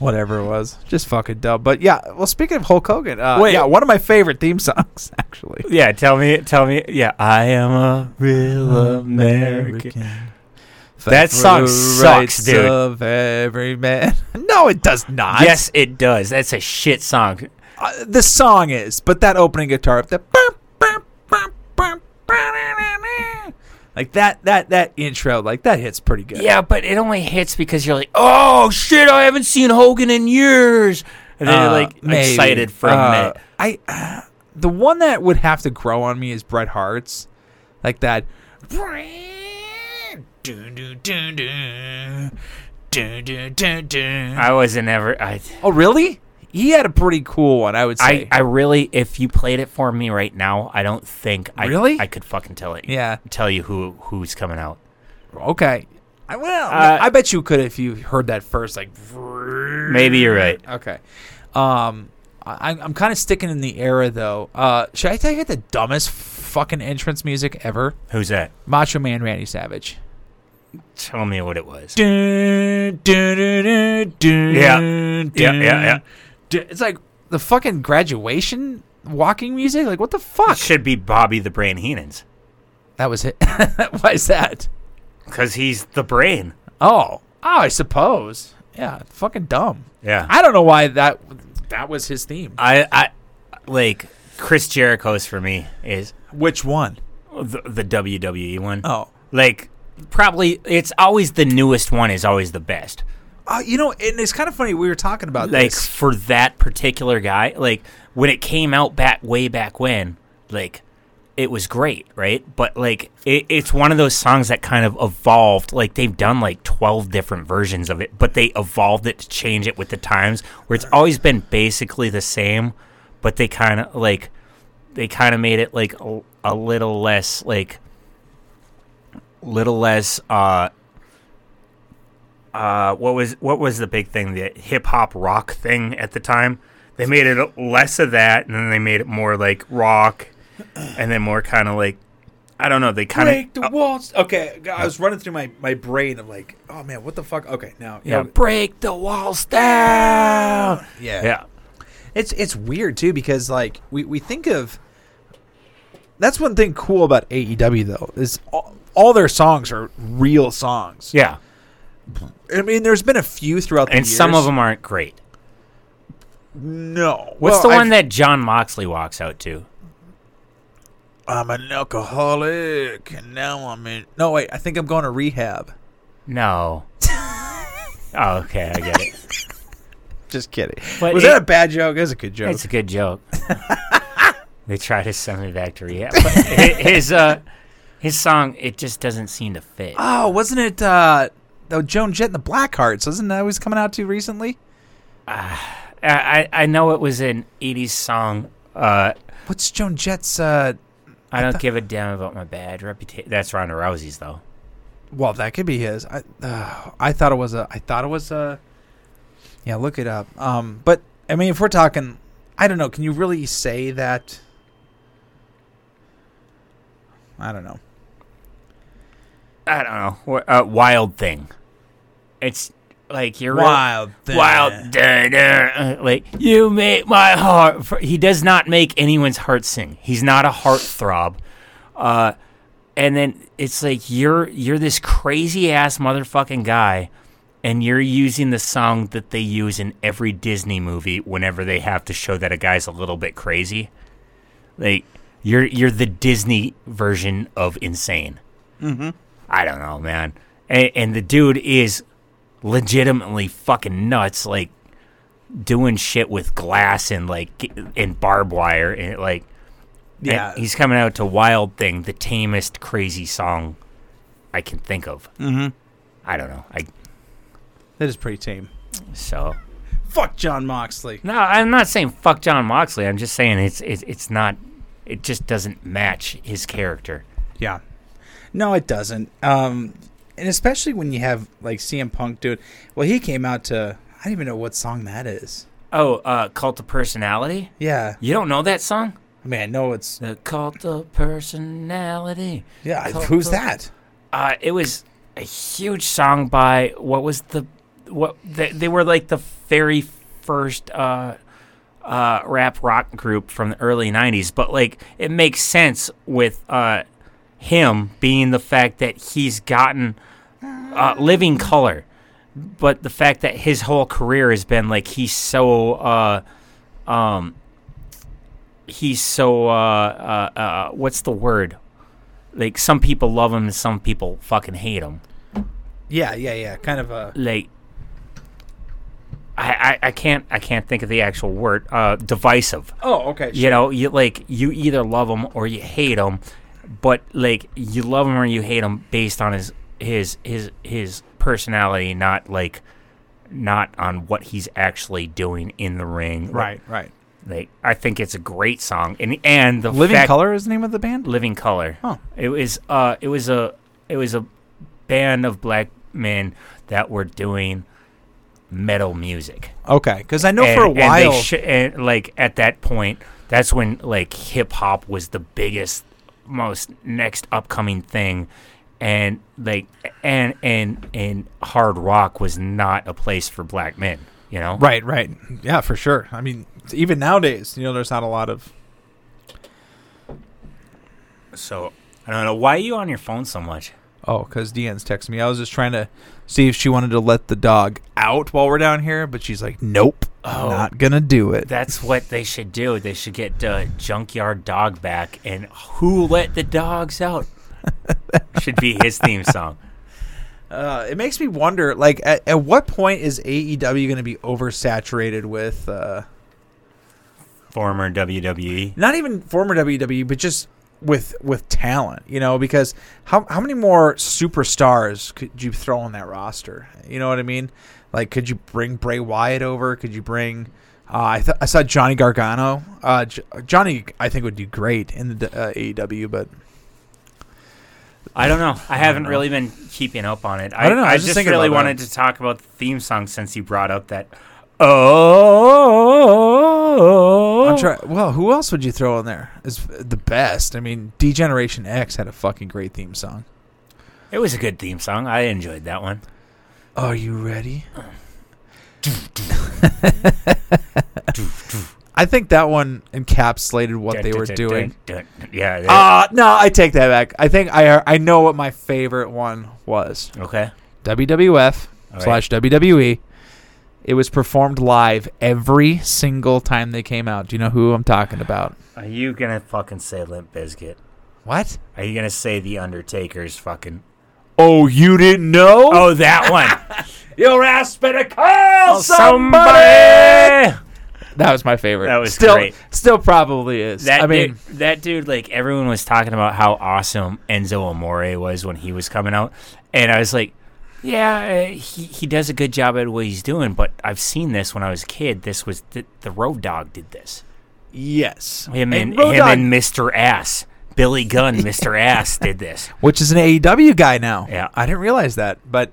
Speaker 2: Whatever it was, just fucking dumb. But yeah. Well, speaking of Hulk Hogan, uh,
Speaker 1: Wait.
Speaker 2: yeah, one of my favorite theme songs actually.
Speaker 1: Yeah, tell me, tell me. Yeah, I am a real American. That
Speaker 2: Fight for
Speaker 1: song
Speaker 2: the
Speaker 1: sucks,
Speaker 2: rights
Speaker 1: dude.
Speaker 2: Of every man. No, it does not.
Speaker 1: Yes, it does. That's a shit song.
Speaker 2: uh, the song is, but that opening guitar, that like that that that intro, like that hits pretty good.
Speaker 1: Yeah, but it only hits because you're like, oh shit, I haven't seen Hogan in years, and then
Speaker 2: Uh,
Speaker 1: you're like
Speaker 2: maybe.
Speaker 1: excited for a
Speaker 2: Uh,
Speaker 1: minute.
Speaker 2: I uh, the one that would have to grow on me is Bret Hart's, like that.
Speaker 1: I wasn't ever. I,
Speaker 2: Oh really? He had a pretty cool one, I would
Speaker 1: I,
Speaker 2: say.
Speaker 1: I really, if you played it for me right now, I don't think I
Speaker 2: Really?
Speaker 1: I could fucking tell it.
Speaker 2: yeah.
Speaker 1: tell you who who's coming out.
Speaker 2: Okay. I well,
Speaker 1: Uh,
Speaker 2: I bet you could if you heard that first, like.
Speaker 1: Maybe you're right.
Speaker 2: Okay. Um, I, I'm kind of sticking in the era though. Uh, should I tell you the dumbest fucking entrance music ever?
Speaker 1: Who's that?
Speaker 2: Macho Man Randy Savage.
Speaker 1: Tell me what it was.
Speaker 2: Dun, dun, dun, dun, dun,
Speaker 1: Yeah.
Speaker 2: dun,
Speaker 1: Yeah, yeah, yeah.
Speaker 2: dun. It's like the fucking graduation walking music. Like what the
Speaker 1: It
Speaker 2: fuck?
Speaker 1: should be Bobby the Brain Heenan's
Speaker 2: That was it. Why is that?
Speaker 1: because he's the brain.
Speaker 2: Oh, oh, I suppose. Yeah, fucking dumb.
Speaker 1: Yeah, I,
Speaker 2: I don't know why that that was his theme.
Speaker 1: I, like Chris Jericho's for me is
Speaker 2: Which one?
Speaker 1: the, the WWE one.
Speaker 2: Oh.
Speaker 1: like probably it's always the newest one is always the best.
Speaker 2: Uh, you know, and it's kind of funny. We were talking about
Speaker 1: like
Speaker 2: this.
Speaker 1: for that particular guy like when it came out back way back when like it was great right but like it, it's one of those songs that kind of evolved like they've done like 12 different versions of it but they evolved it to change it with the times where it's always been basically the same but they kind of like they kind of made it like a, a little less like little less uh uh, what was what was the big thing? The hip hop rock thing at the time. They made it less of that, and then they made it more like rock, and then more kind of like I uh, don't know. They kind
Speaker 2: break the walls. Okay, I was running through my, my brain of like, oh man, what the fuck? Okay, now
Speaker 1: of yeah, break the walls down.
Speaker 2: yeah,
Speaker 1: Yeah,
Speaker 2: It's it's weird too because like we, we think of that's one thing cool about AEW though is all, all their songs are real songs.
Speaker 1: yeah,
Speaker 2: I mean, there's been a few throughout the
Speaker 1: and
Speaker 2: years.
Speaker 1: some of them aren't great.
Speaker 2: No,
Speaker 1: What's
Speaker 2: Well,
Speaker 1: the one
Speaker 2: I've-
Speaker 1: that John Moxley walks out to?
Speaker 2: I'm an alcoholic and now I'm in? No wait, I think I'm going to rehab.
Speaker 1: No. oh, okay, I get it.
Speaker 2: Just kidding.
Speaker 1: But
Speaker 2: was
Speaker 1: it-
Speaker 2: that a bad joke? That was a good joke.
Speaker 1: It's a good joke. they try to send me back to rehab. But hi- his uh, his song it just doesn't seem to fit.
Speaker 2: Oh, wasn't it uh oh, Joan Jett and the Blackhearts? Wasn't that was coming out too recently?
Speaker 1: I, I I know it was an '80s song. Uh,
Speaker 2: What's Joan Jett's uh
Speaker 1: I don't give a damn about my bad reputation. That's Ronda Rousey's though.
Speaker 2: well, that could be his. I uh, I thought it was a I thought it was a Yeah, look it up. Um, but I mean, if we're talking, I don't know. Can you really say that? I don't know.
Speaker 1: I don't know. Wha- Uh, wild thing. It's like you're
Speaker 2: Wild thing.
Speaker 1: Wild thing. uh, Like you make my heart. fr-" He does not make anyone's heart sing. He's not a heartthrob. Uh, and then it's like you're you're this crazy ass motherfucking guy, and you're using the song that they use in every Disney movie whenever they have to show that a guy's a little bit crazy. Like you're you're the Disney version of insane. I don't know, man. And, and the dude is legitimately fucking nuts, like doing shit with glass and like g- and barbed wire and like. and
Speaker 2: Yeah.
Speaker 1: he's coming out to "Wild Thing," the tamest, crazy song I can think of. Mm-hmm. I don't know. I
Speaker 2: That is pretty tame.
Speaker 1: so
Speaker 2: Fuck John Moxley.
Speaker 1: no, I'm not saying fuck John Moxley. I'm just saying it's it's it's not. It just doesn't match his character.
Speaker 2: Yeah. No, it doesn't. Um, and especially when you have like CM Punk do it. Well, he came out to I don't even know what song that is.
Speaker 1: Oh, uh, cult of personality.
Speaker 2: Yeah.
Speaker 1: You don't know that song?
Speaker 2: I mean, I know it's
Speaker 1: The cult of personality.
Speaker 2: yeah.
Speaker 1: Cult
Speaker 2: who's
Speaker 1: of-
Speaker 2: that?
Speaker 1: Uh, it was a huge song by what was the what they, they were like the very first uh, uh, rap rock group from the early '90s. But like, it makes sense with uh, him being the fact that he's gotten uh, living color, but the fact that his whole career has been like he's so. Uh, um, he's so uh, uh, uh, what's the word like some people love him and some people fucking hate him
Speaker 2: Yeah, yeah, yeah. Kind of a
Speaker 1: like I, I, I can't I can't think of the actual word uh, divisive
Speaker 2: oh, okay.
Speaker 1: you know you like you either love him or you hate him but like you love him or you hate him based on his his his his personality not like not on what he's actually doing in the ring
Speaker 2: Right, right.
Speaker 1: like I think it's a great song, and and the
Speaker 2: Living
Speaker 1: fact-
Speaker 2: Color is the name of the band.
Speaker 1: Living Color.
Speaker 2: Huh.
Speaker 1: It was uh, it was a it was a band of black men that were doing metal music.
Speaker 2: Okay, because I know
Speaker 1: and,
Speaker 2: for a
Speaker 1: and they
Speaker 2: while.
Speaker 1: sh- and like at that point, that's when like hip hop was the biggest, most next upcoming thing, and like and and and hard rock was not a place for black men. You know,
Speaker 2: right, right. Yeah, for sure. I mean, even nowadays, you know, there's not a lot of.
Speaker 1: So I don't know why are you on your phone so much.
Speaker 2: Oh, because Deanne's texting me. I was just trying to see if she wanted to let the dog out while we're down here, but she's like, "Nope,
Speaker 1: Oh.
Speaker 2: not gonna do it."
Speaker 1: That's what they should do. They should get uh, junkyard dog back, and who let the dogs out should be his theme song.
Speaker 2: Uh, it makes me wonder, like, at, at what point is AEW going to be oversaturated with uh,
Speaker 1: Former E. WWE.
Speaker 2: not even former WWE, but just with with talent? You know, because how how many more superstars could you throw on that roster? You know what I mean? Like, could you bring Bray Wyatt over? Could you bring? Uh, I th- I saw Johnny Gargano. Uh, J- Johnny, I think would do great in the uh, AEW, but
Speaker 1: I don't know. I haven't really been keeping up on it. I,
Speaker 2: don't know. I was just
Speaker 1: just,
Speaker 2: thinking
Speaker 1: really
Speaker 2: about
Speaker 1: wanted
Speaker 2: that.
Speaker 1: to talk about the theme song since you brought up that. Oh,
Speaker 2: I'm try- well, who else would you throw in there? Is the best? I mean, D Generation X had a fucking great theme song.
Speaker 1: It was a good theme song. I enjoyed that one.
Speaker 2: Are you ready? I think that one encapsulated what they were doing.
Speaker 1: Yeah. they-
Speaker 2: Uh, no, I take that back. I think I I know what my favorite one was.
Speaker 1: okay.
Speaker 2: WWF
Speaker 1: All right.
Speaker 2: slash WWE. It was performed live every single time they came out. Do you know who I'm talking about?
Speaker 1: Are you gonna fucking say Limp Bizkit?
Speaker 2: What?
Speaker 1: Are you gonna say the Undertaker's fucking?
Speaker 2: Oh, you didn't know?
Speaker 1: Oh, that one. Oh,
Speaker 2: Your ass better call That was my favorite.
Speaker 1: That was
Speaker 2: still,
Speaker 1: great.
Speaker 2: Still probably is.
Speaker 1: That
Speaker 2: I mean,
Speaker 1: dude, that dude, like everyone was talking about how awesome Enzo Amore was when he was coming out, and I was like, yeah, uh, he he does a good job at what he's doing, but I've seen this when I was a kid. This was the, the Road Dog did this.
Speaker 2: yes.
Speaker 1: Him and,
Speaker 2: Road
Speaker 1: him
Speaker 2: Dogg,
Speaker 1: and Mr. Ass, Billy Gunn, Mr. Ass did this.
Speaker 2: which is an AEW guy now.
Speaker 1: Yeah.
Speaker 2: I didn't realize that, but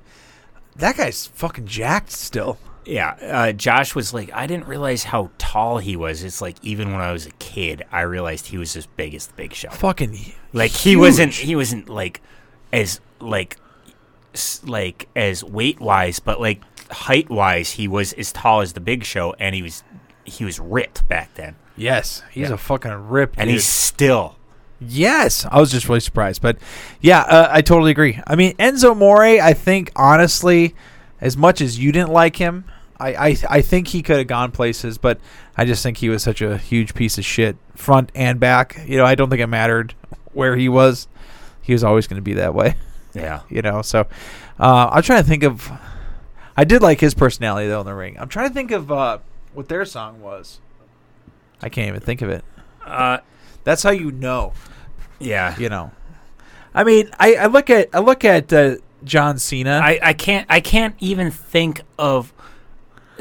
Speaker 2: that guy's fucking jacked still.
Speaker 1: Yeah, uh, Josh was like, I didn't realize how tall he was. It's like even when I was a kid, I realized he was as big as the Big Show.
Speaker 2: Fucking
Speaker 1: Like he wasn't, he wasn't like as like s- like as weight wise, but like height wise, he was as tall as the Big Show, and he was he was ripped back then,
Speaker 2: Yes, he's
Speaker 1: Yeah.
Speaker 2: a fucking rip.
Speaker 1: and
Speaker 2: dude.
Speaker 1: he's still
Speaker 2: Yes, I was just really surprised, but yeah, uh, I totally agree. I mean, Enzo More, I think honestly, as much as you didn't like him, I I, I think he could have gone places, but I just think he was such a huge piece of shit, front and back. You know, I don't think it mattered where he was; he was always going to be that way.
Speaker 1: yeah.
Speaker 2: You know, so uh, I'm trying to think of. I did like his personality though in the ring. I'm trying to think of uh, what their song was. I can't even think of it.
Speaker 1: Uh,
Speaker 2: That's how you know
Speaker 1: yeah.
Speaker 2: you know. I mean, I, I look at I look at uh, John Cena.
Speaker 1: I, I can't I can't even think of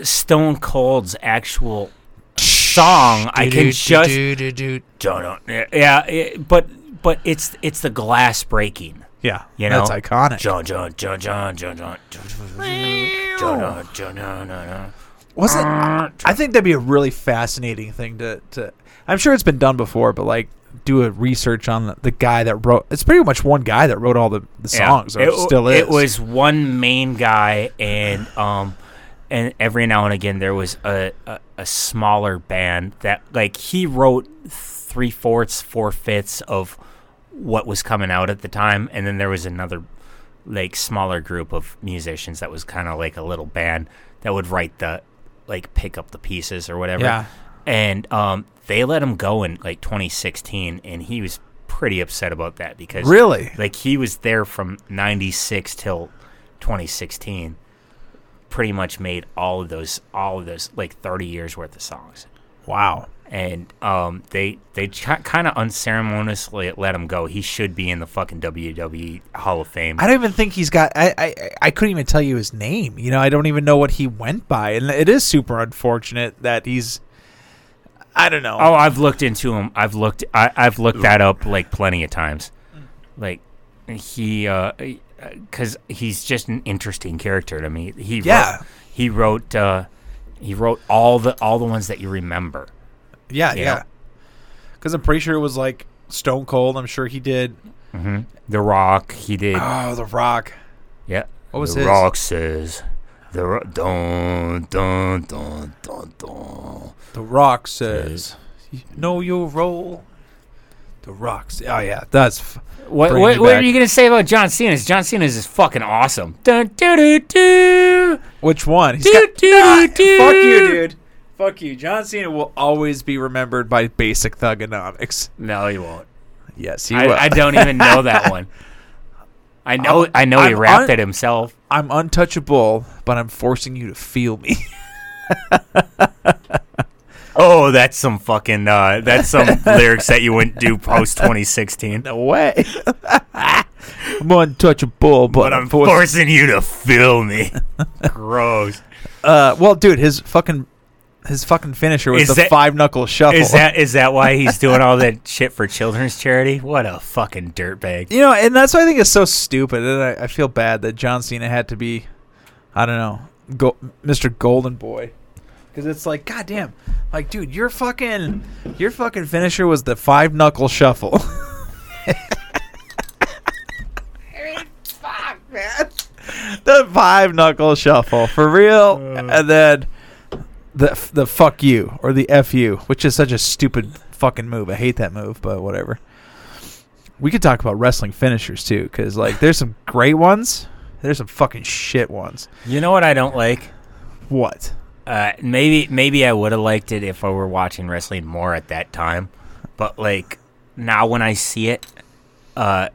Speaker 1: Stone Cold's actual song. I can just don't know. Yeah, yeah, it- but but it's it's the glass breaking.
Speaker 2: yeah,
Speaker 1: You know,
Speaker 2: that's iconic.
Speaker 1: John John John John John John John John John
Speaker 2: Wasn't
Speaker 1: John.
Speaker 2: I think that'd be a really fascinating thing to to. I'm sure it's been done before, but like do a research on the, the guy that wrote. It's pretty much one guy that wrote all the, the songs. Or
Speaker 1: It,
Speaker 2: it
Speaker 1: w-
Speaker 2: still is.
Speaker 1: It was one main guy, and um, and every now and again there was a a, a smaller band that like he wrote three fourths, four fifths of what was coming out at the time, and then there was another like smaller group of musicians that was kind of like a little band that would write the like pick up the pieces or whatever
Speaker 2: yeah.
Speaker 1: and um, they let him go in like 2016, and he was pretty upset about that because
Speaker 2: Really?
Speaker 1: like he was there from '96 till 2016, pretty much made all of those all of those like 30 years worth of songs,
Speaker 2: Wow.
Speaker 1: and um, they they ch- kind of unceremoniously let him go. He should be in the fucking WWE Hall of Fame.
Speaker 2: I don't even think he's got. I, I I couldn't even tell you his name. You know, I don't even know what he went by, and it is super unfortunate that he's. I don't know.
Speaker 1: Oh, I've looked into him. I've looked. I, I've looked that up like plenty of times. Like he, because he's just an interesting character to me. He
Speaker 2: Yeah.
Speaker 1: Wrote, he wrote. Uh, he wrote all the all the ones that you remember.
Speaker 2: Yeah,
Speaker 1: you know?
Speaker 2: yeah. Because I'm pretty sure it was like Stone Cold. I'm sure he did.
Speaker 1: The Rock. He did.
Speaker 2: Oh, The Rock.
Speaker 1: yeah.
Speaker 2: what was
Speaker 1: the
Speaker 2: his?
Speaker 1: Rock says. The Ro- dun dun dun dun dun.
Speaker 2: The Rock says, "Know your role." The Rock. sa- oh yeah, that's. F-
Speaker 1: What
Speaker 2: Bring
Speaker 1: what,
Speaker 2: you
Speaker 1: what are
Speaker 2: back.
Speaker 1: you gonna say about John Cena? Is John Cena is just fucking awesome. Dun doo doo doo.
Speaker 2: Which one? He's
Speaker 1: Doo
Speaker 2: got- Ah,
Speaker 1: doo doo.
Speaker 2: Fuck you, dude. Fuck you. John Cena will always be remembered by Basic Thugonomics.
Speaker 1: No, he won't.
Speaker 2: Yes, he
Speaker 1: I,
Speaker 2: will.
Speaker 1: I don't even know that one. I know.
Speaker 2: I'm-
Speaker 1: Oh, i know he
Speaker 2: I'm
Speaker 1: rapped
Speaker 2: on-
Speaker 1: it himself.
Speaker 2: I'm untouchable, but I'm forcing you to feel me.
Speaker 1: Oh, that's some fucking. Uh, that's some lyrics that you wouldn't do post 2016.
Speaker 2: no way. I'm untouchable, but, I'm forcing.
Speaker 1: you to feel me. Gross.
Speaker 2: Uh, well, dude, his fucking his fucking finisher was
Speaker 1: Is
Speaker 2: the
Speaker 1: that-
Speaker 2: five knuckle shuffle.
Speaker 1: Is that is that why he's doing all that shit for children's charity? What a fucking dirtbag.
Speaker 2: you know? And that's why I think it's so stupid. And I, I feel bad that John Cena had to be, I don't know, go, Mr. Golden Boy, because it's like, goddamn, like, dude, your fucking your fucking finisher was the five knuckle shuffle. the five knuckle shuffle for real, and then the the fuck you or the fu, which is such a stupid fucking move. I hate that move, but whatever. We could talk about wrestling finishers too, because like there's some great ones, there's some fucking shit ones.
Speaker 1: You know what I don't like?
Speaker 2: What?
Speaker 1: Uh, maybe maybe I would have liked it if I were watching wrestling more at that time, but like now when I see it, uh,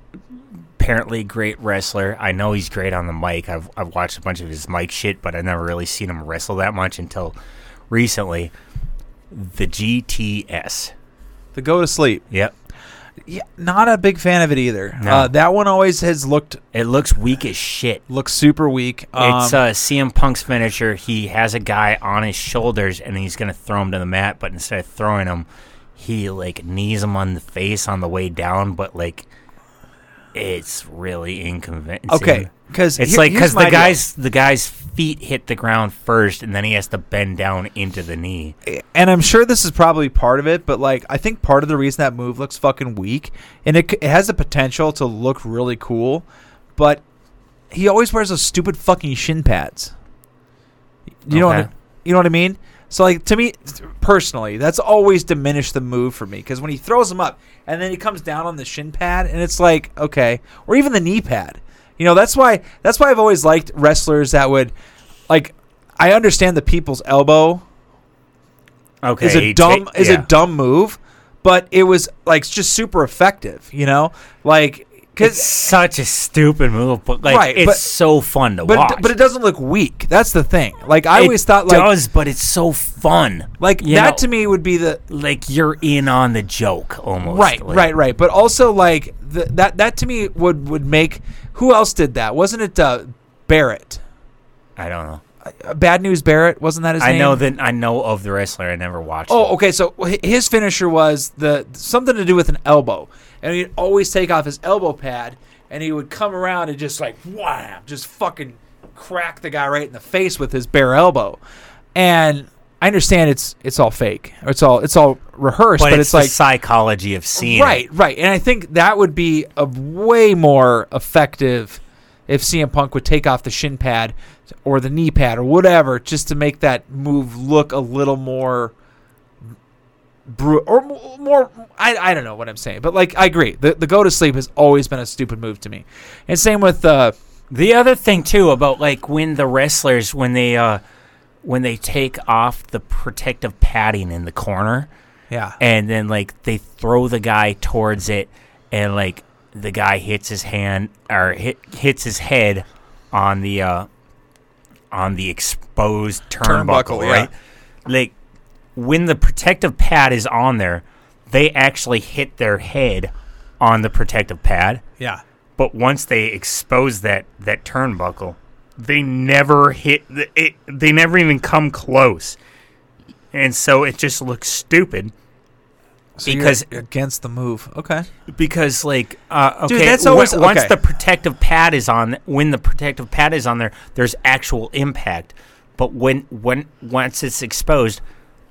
Speaker 1: apparently great wrestler. I know he's great on the mic. I've I've watched a bunch of his mic shit, but I've never really seen him wrestle that much until recently. The GTS.
Speaker 2: The go to sleep.
Speaker 1: Yep,
Speaker 2: Yeah, not a big fan of it either.
Speaker 1: No.
Speaker 2: Uh, that one always has looked
Speaker 1: it looks weak as shit.
Speaker 2: looks super weak. Um,
Speaker 1: it's uh, CM Punk's finisher. He has a guy on his shoulders, and he's gonna throw him to the mat. But instead of throwing him, he like knees him on the face on the way down. But like, it's really inconvincing.
Speaker 2: Okay, because
Speaker 1: It's like 'cause like because the guy's the guy's feet hit the ground first, and then he has to bend down into the knee.
Speaker 2: and I'm sure this is probably part of it, but like I think part of the reason that move looks fucking weak, and it, c- it has the potential to look really cool, but he always wears those stupid fucking shin pads. You know, what I,
Speaker 1: Okay.
Speaker 2: you know what I mean? So like to me personally, that's always diminished the move for me because when he throws them up and then he comes down on the shin pad, and it's like okay, or even the knee pad. You know, that's why that's why I've always liked wrestlers that would like. I understand the people's elbow
Speaker 1: Okay,
Speaker 2: is a
Speaker 1: he
Speaker 2: dumb
Speaker 1: ta-
Speaker 2: is
Speaker 1: yeah.
Speaker 2: a dumb move, but it was like just super effective. You know, like
Speaker 1: It's
Speaker 2: because
Speaker 1: such a stupid move, but like
Speaker 2: Right,
Speaker 1: it's
Speaker 2: but-
Speaker 1: so fun to
Speaker 2: but
Speaker 1: watch.
Speaker 2: it, but it doesn't look weak. That's the thing. Like I
Speaker 1: It
Speaker 2: always thought like
Speaker 1: does, but it's so fun.
Speaker 2: like
Speaker 1: you
Speaker 2: that
Speaker 1: know,
Speaker 2: to me would be the
Speaker 1: like you're in on the joke almost.
Speaker 2: right
Speaker 1: like-
Speaker 2: right right. But also like the, that that to me would would make who else did that? Wasn't it uh, Barrett?
Speaker 1: I don't know.
Speaker 2: Uh, Bad News Barrett wasn't that his
Speaker 1: I
Speaker 2: name?
Speaker 1: know that I know of the wrestler. I never watched.
Speaker 2: Oh,
Speaker 1: him.
Speaker 2: okay. So hi- his finisher was the something to do with an elbow, and he'd always take off his elbow pad, and he would come around and just like wham, just fucking crack the guy right in the face with his bare elbow. And I understand it's it's all fake, or it's all it's all rehearsed,
Speaker 1: but,
Speaker 2: but,
Speaker 1: it's,
Speaker 2: it's,
Speaker 1: the
Speaker 2: like
Speaker 1: psychology of seeing. it.
Speaker 2: right, right. And I think that would be a way more effective if CM Punk would take off the shin pad or the knee pad or whatever, just to make that move look a little more bru- or mo- more. I, I don't know what I'm saying, but like I agree. The the go to sleep has always been a stupid move to me, and same with uh
Speaker 1: The other thing too about like when the wrestlers when they uh when they take off the protective padding in the corner
Speaker 2: yeah
Speaker 1: and then like they throw the guy towards it and like the guy hits his hand or hit, hits his head on the uh on the exposed turnbuckle,
Speaker 2: Turnbuckle, yeah.
Speaker 1: right? Like when the protective pad is on there, they actually hit their head on the protective pad
Speaker 2: yeah
Speaker 1: but once they expose that that turnbuckle, they never hit the, it. They never even come close, and so it just looks stupid
Speaker 2: so you're
Speaker 1: Because-
Speaker 2: against the move. Okay,
Speaker 1: because like uh, okay,
Speaker 2: Dude, that's
Speaker 1: on-
Speaker 2: always-
Speaker 1: once
Speaker 2: okay.
Speaker 1: the protective pad is on, when the protective pad is on there, there's actual impact, but when when once it's exposed,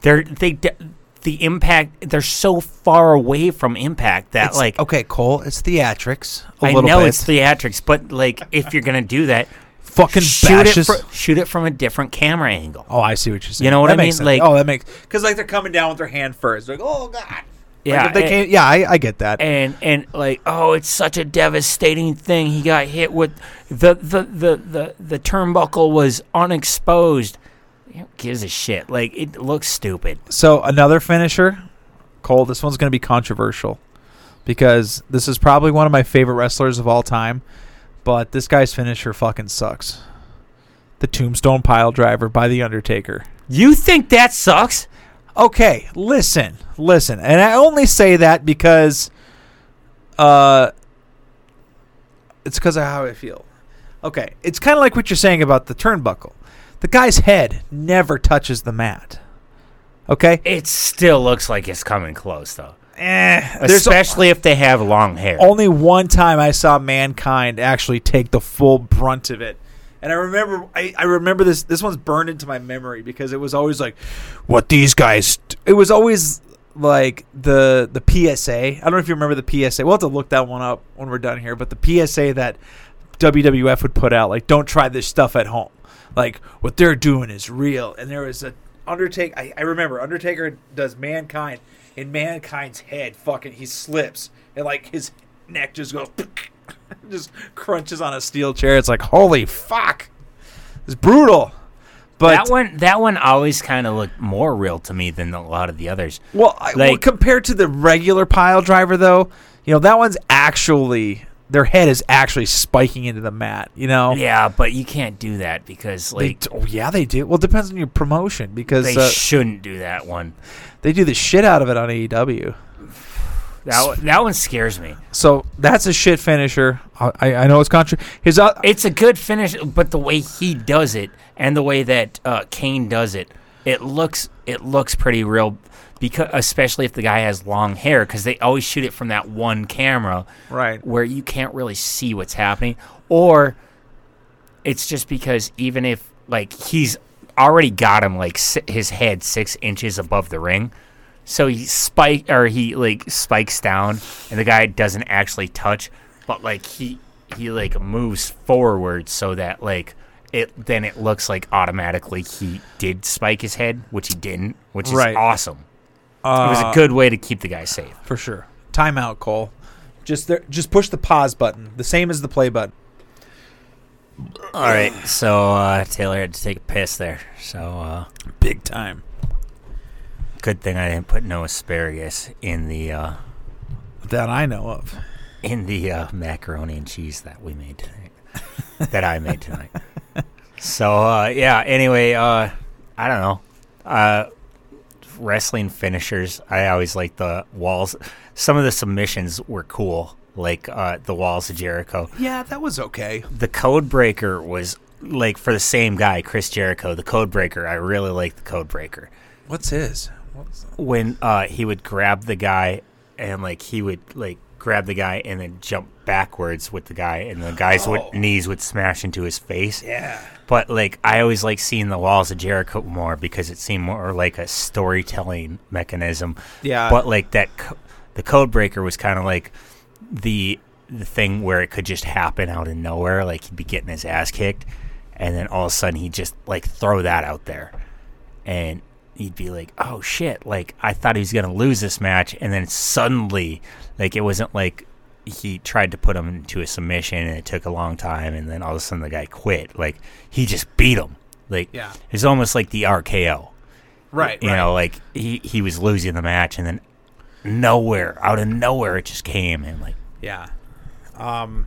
Speaker 1: there they. De- the impact they're so far away from impact that like
Speaker 2: okay, Cole, it's theatrics. A
Speaker 1: I
Speaker 2: little
Speaker 1: know
Speaker 2: bit.
Speaker 1: it's theatrics, but like if you're gonna do that,
Speaker 2: fucking
Speaker 1: shoot it,
Speaker 2: bashes-
Speaker 1: fro- shoot it from a different camera angle.
Speaker 2: Oh, I see what you're saying.
Speaker 1: You know what
Speaker 2: That
Speaker 1: I mean?
Speaker 2: makes sense.
Speaker 1: Like-
Speaker 2: oh, that makes because like they're coming down with their hand first. Like, oh god. Like,
Speaker 1: Yeah, eh,
Speaker 2: if they
Speaker 1: and-
Speaker 2: can't- yeah, I, I get that.
Speaker 1: And and like, oh, it's such a devastating thing. He got hit with the the the the, the turnbuckle was unexposed. Who gives a shit? Like it looks stupid.
Speaker 2: so another finisher, Cole. This one's going to be controversial because this is probably one of my favorite wrestlers of all time, but this guy's finisher fucking sucks. The Tombstone Pile Driver by the Undertaker.
Speaker 1: You think that sucks?
Speaker 2: Okay, listen, listen, and I only say that because, uh, it's because of how I feel. Okay, it's kind of like what you're saying about the turnbuckle. The guy's head never touches the mat. Okay,
Speaker 1: It still looks like it's coming close though.
Speaker 2: eh, there's Oh, o-
Speaker 1: Especially if they have long hair.
Speaker 2: only one time I saw mankind actually take the full brunt of it. And I remember, I, I remember this. This one's burned into my memory because it was always like, "What these guys?" d-" It was always like the the PSA. I don't know if you remember the PSA. We'll have to look that one up when we're done here. But the PSA that WWF would put out, like, "Don't try this stuff at home." Like what they're doing is real. And there was a Undertaker. I, I remember Undertaker does mankind, and mankind's head fucking he slips, and like his neck just goes, just crunches on a steel chair. It's like holy fuck, it's brutal. But
Speaker 1: that one that one always kinda looked more real to me than a lot of the others.
Speaker 2: Well, I, well,
Speaker 1: Like-
Speaker 2: compared to the regular pile driver, though, you know that one's actually their head is actually spiking into the mat. You know,
Speaker 1: Yeah, but you can't do that because
Speaker 2: They
Speaker 1: like
Speaker 2: d- oh, yeah, they do. Well, it depends on your promotion because
Speaker 1: they,
Speaker 2: they, uh,
Speaker 1: shouldn't do that one.
Speaker 2: they do the shit out of it on E AEW.
Speaker 1: That one- that one scares me.
Speaker 2: So that's a shit finisher. I- I, I know it's contra. His uh,
Speaker 1: It's a good finish, but the way he does it and the way that uh, Kane does it, it looks it looks pretty real. because especially if the guy has long hair, because they always shoot it from that one camera
Speaker 2: Right.
Speaker 1: where you can't really see what's happening, or it's just because even if like he's already got him like si- his head six inches above the ring, so he spike or he like spikes down, and the guy doesn't actually touch, but like he he like moves forward so that like. It then it looks like automatically he did spike his head, which he didn't, which is
Speaker 2: Right.
Speaker 1: awesome.
Speaker 2: Uh,
Speaker 1: It was a good way to keep the guy safe.
Speaker 2: for sure. Timeout, Cole. Just there, just push the pause button, the same as the play button.
Speaker 1: All right, so uh, Taylor had to take a piss there. So uh,
Speaker 2: Big time.
Speaker 1: good thing I didn't put no asparagus in the uh,
Speaker 2: That I know of.
Speaker 1: in the uh, macaroni and cheese that we made tonight, that I made tonight. So uh, yeah. Anyway, uh, I don't know. Uh, wrestling finishers. I always like the walls. Some of the submissions were cool, like uh, the walls of Jericho.
Speaker 2: Yeah, that was okay.
Speaker 1: the code breaker was like for the same guy chris jericho the code breaker i really like the code breaker
Speaker 2: What's his? What's
Speaker 1: when uh, he would grab the guy and like he would like grab the guy and then jump backwards with the guy and the guy's
Speaker 2: Oh.
Speaker 1: would, knees would smash into his face
Speaker 2: yeah.
Speaker 1: but like i always like seeing the walls of jericho more because it seemed more like a storytelling mechanism
Speaker 2: Yeah.
Speaker 1: but like that co- the code breaker was kind of like the the thing where it could just happen out of nowhere like he'd be getting his ass kicked and then all of a sudden he'd just like throw that out there and he'd be like oh shit like i thought he was gonna lose this match and then suddenly like it wasn't like he tried to put him into a submission and it took a long time and then all of a sudden the guy quit like he just beat him like
Speaker 2: Yeah.
Speaker 1: it's almost like the rko
Speaker 2: right.
Speaker 1: you
Speaker 2: right.
Speaker 1: know, like he he was losing the match, and then nowhere, out of nowhere, it just came and like
Speaker 2: Yeah. Um,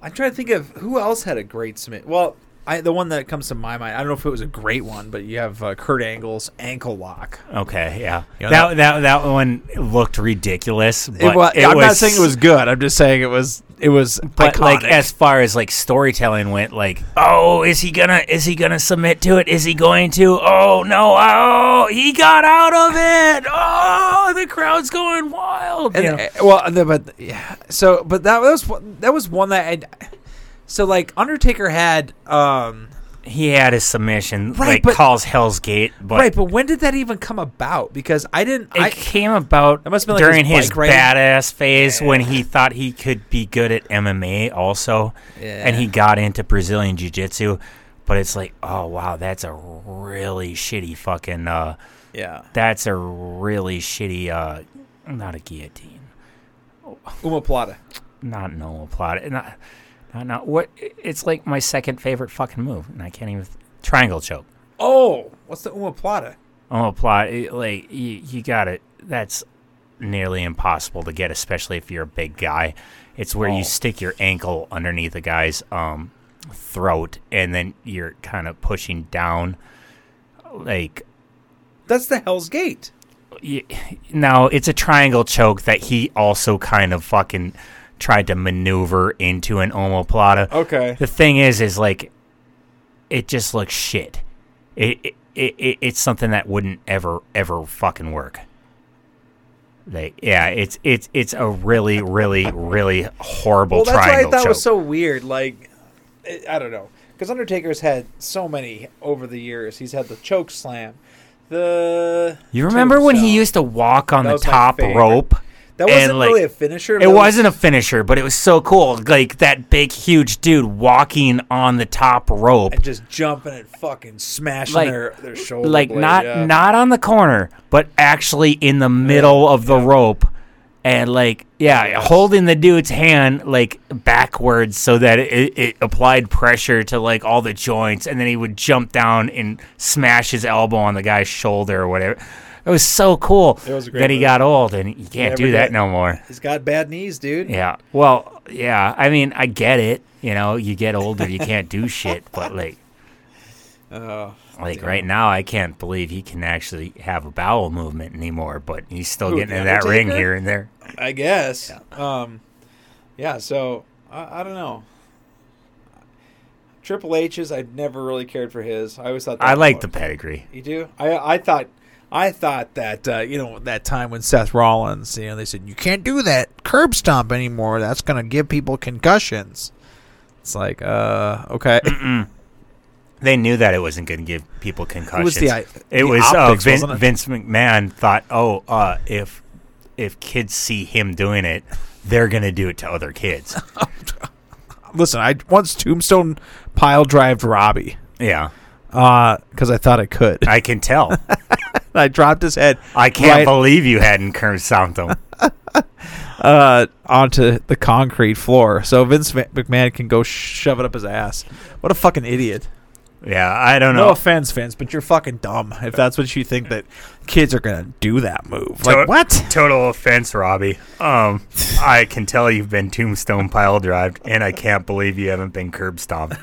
Speaker 2: I'm trying to think of who else had a great submit. Well, I the one that comes to my mind. I don't know if it was a great one, but you have uh, Kurt Angle's ankle lock.
Speaker 1: okay, yeah,
Speaker 2: You know,
Speaker 1: that, that that one looked ridiculous. But it
Speaker 3: Well,
Speaker 1: was,
Speaker 3: I'm not saying it was good. I'm just saying it was it was
Speaker 1: but
Speaker 3: iconic.
Speaker 1: like as far as like storytelling went, like oh, is he gonna is he gonna submit to it? Is he going to? Oh no! Oh, he got out of it! Oh, the crowd's going wild. you
Speaker 3: And,
Speaker 1: know?
Speaker 3: uh, well, and the- but
Speaker 2: Yeah. So, but that was one- that was one that. I, so like Undertaker had um
Speaker 1: he had his submission,
Speaker 2: Right,
Speaker 1: like
Speaker 2: but-
Speaker 1: calls Hell's Gate, but
Speaker 2: right, but when did that even come about? Because I didn't.
Speaker 1: It
Speaker 2: I,
Speaker 1: came about
Speaker 2: That must've been like
Speaker 1: during
Speaker 2: his
Speaker 1: his,
Speaker 2: bike riding.
Speaker 1: badass phase when he thought he could be good at MMA also, and he got into Brazilian jiu-jitsu. But it's like, oh wow, that's a really shitty fucking. Uh,
Speaker 2: yeah.
Speaker 1: that's a really shitty. Uh, not a guillotine.
Speaker 2: Uma Plata.
Speaker 1: Not an omoplata. Not, not not what. It's like my second favorite fucking move, and I can't even triangle choke.
Speaker 2: Oh, what's the Uma Plata?
Speaker 1: Omoplata, eh, like you, you got it. That's nearly impossible to get, especially if you're a big guy. It's where
Speaker 2: Oh.
Speaker 1: you stick your ankle underneath a guy's um, throat, and then you're kind of pushing down. Like
Speaker 2: That's the Hell's Gate.
Speaker 1: y- now, it's a triangle choke that he also kind of fucking tried to maneuver into an omoplata.
Speaker 2: Okay.
Speaker 1: The thing is, is like, it just looks shit. It, it, it, it it's something that wouldn't ever ever fucking work. Like, yeah, it's it's it's a really really really horrible
Speaker 2: Well, that's why I
Speaker 1: triangle
Speaker 2: thought
Speaker 1: choke.
Speaker 2: was so weird. Like, I- I don't know, because Undertaker's had so many over the years. He's had the choke slam, the
Speaker 1: you remember when he
Speaker 2: tombstone.
Speaker 1: used to walk on
Speaker 2: That
Speaker 1: the
Speaker 2: was my
Speaker 1: top
Speaker 2: favorite.
Speaker 1: rope?
Speaker 2: that
Speaker 1: and,
Speaker 2: wasn't
Speaker 1: like,
Speaker 2: really a finisher.
Speaker 1: It
Speaker 2: that was-
Speaker 1: wasn't a finisher, but it was so cool. Like that big, huge dude walking on the top rope.
Speaker 2: and just jumping and fucking smashing
Speaker 1: Like-
Speaker 2: their their shoulder.
Speaker 1: like
Speaker 2: blade,
Speaker 1: not
Speaker 2: yeah.
Speaker 1: not on the corner, but actually in the middle of the rope, and like yeah, holding the dude's hand like backwards so that it, it applied pressure to like all the joints, and then he would jump down and smash his elbow on the guy's shoulder or whatever. It was so cool
Speaker 2: It was a great
Speaker 1: that he
Speaker 2: move.
Speaker 1: got old, and you
Speaker 2: Never
Speaker 1: can't do
Speaker 2: did
Speaker 1: that
Speaker 2: it.
Speaker 1: no more.
Speaker 2: He's got bad knees, dude.
Speaker 1: Yeah. Well, yeah. I mean, I get it. You know, you get older, you can't do shit, but like.
Speaker 2: Oh,
Speaker 1: Like
Speaker 2: Damn.
Speaker 1: right now, I can't believe he can actually have a bowel movement anymore, but he's still
Speaker 2: Who,
Speaker 1: getting
Speaker 2: the
Speaker 1: in that ring
Speaker 2: Undertaker? Oh,
Speaker 1: here and there.
Speaker 2: I guess. Um, yeah. So I, I don't know. Triple H's, I never really cared for his. I always thought that
Speaker 1: I
Speaker 2: was-
Speaker 1: like the pedigree.
Speaker 2: You do? I I thought I thought that uh, you know that time when Seth Rollins, you know, they said you can't do that curb stomp anymore. That's gonna give people concussions. It's like, uh, okay.
Speaker 1: They knew that it wasn't going to give people concussions.
Speaker 2: the i-
Speaker 1: It
Speaker 2: the
Speaker 1: was, uh,
Speaker 2: optics,
Speaker 1: Vin-
Speaker 2: wasn't it?
Speaker 1: Vince McMahon thought, oh, uh, if if kids see him doing it, they're going to do it to other kids.
Speaker 2: Listen, I once Tombstone pile drived Robbie
Speaker 1: yeah,
Speaker 2: because I thought I could.
Speaker 1: I can tell.
Speaker 2: I dropped his head
Speaker 1: I can't
Speaker 2: Right.
Speaker 1: believe you hadn't curb stomped him.
Speaker 2: uh, onto the concrete floor, so Vince Ma- McMahon can go shove it up his ass. What a fucking idiot!
Speaker 1: Yeah, I don't
Speaker 2: No,
Speaker 1: know.
Speaker 2: offense, Vince, but you're fucking dumb if that's what you think that kids are gonna do that move.
Speaker 1: To-
Speaker 2: Like what?
Speaker 1: Total offense, Robbie. Um, I can tell you've been tombstone pile drived, and I can't believe you haven't been curb stomped.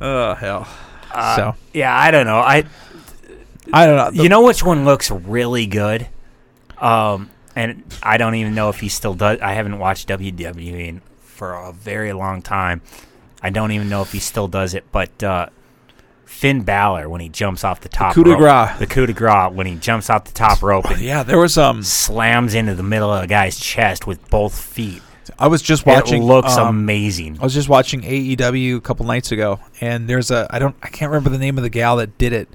Speaker 2: Oh hell.
Speaker 1: Uh,
Speaker 2: so
Speaker 1: yeah, I don't know. I
Speaker 2: I don't know.
Speaker 1: you know which one looks really good um and i don't even know if he still does i haven't watched wwe in, for a very long time i don't even know if he still does it but uh Finn Balor when he jumps off the top
Speaker 2: coup de
Speaker 1: rope.
Speaker 2: grace.
Speaker 1: the coup de grace when he jumps off the top rope and
Speaker 2: yeah, there was um.
Speaker 1: slams into the middle of a guy's chest with both feet.
Speaker 2: I was just watching.
Speaker 1: it looks
Speaker 2: um,
Speaker 1: amazing.
Speaker 2: I was just watching AEW a couple nights ago, and there's a I don't I can't remember the name of the gal that did it,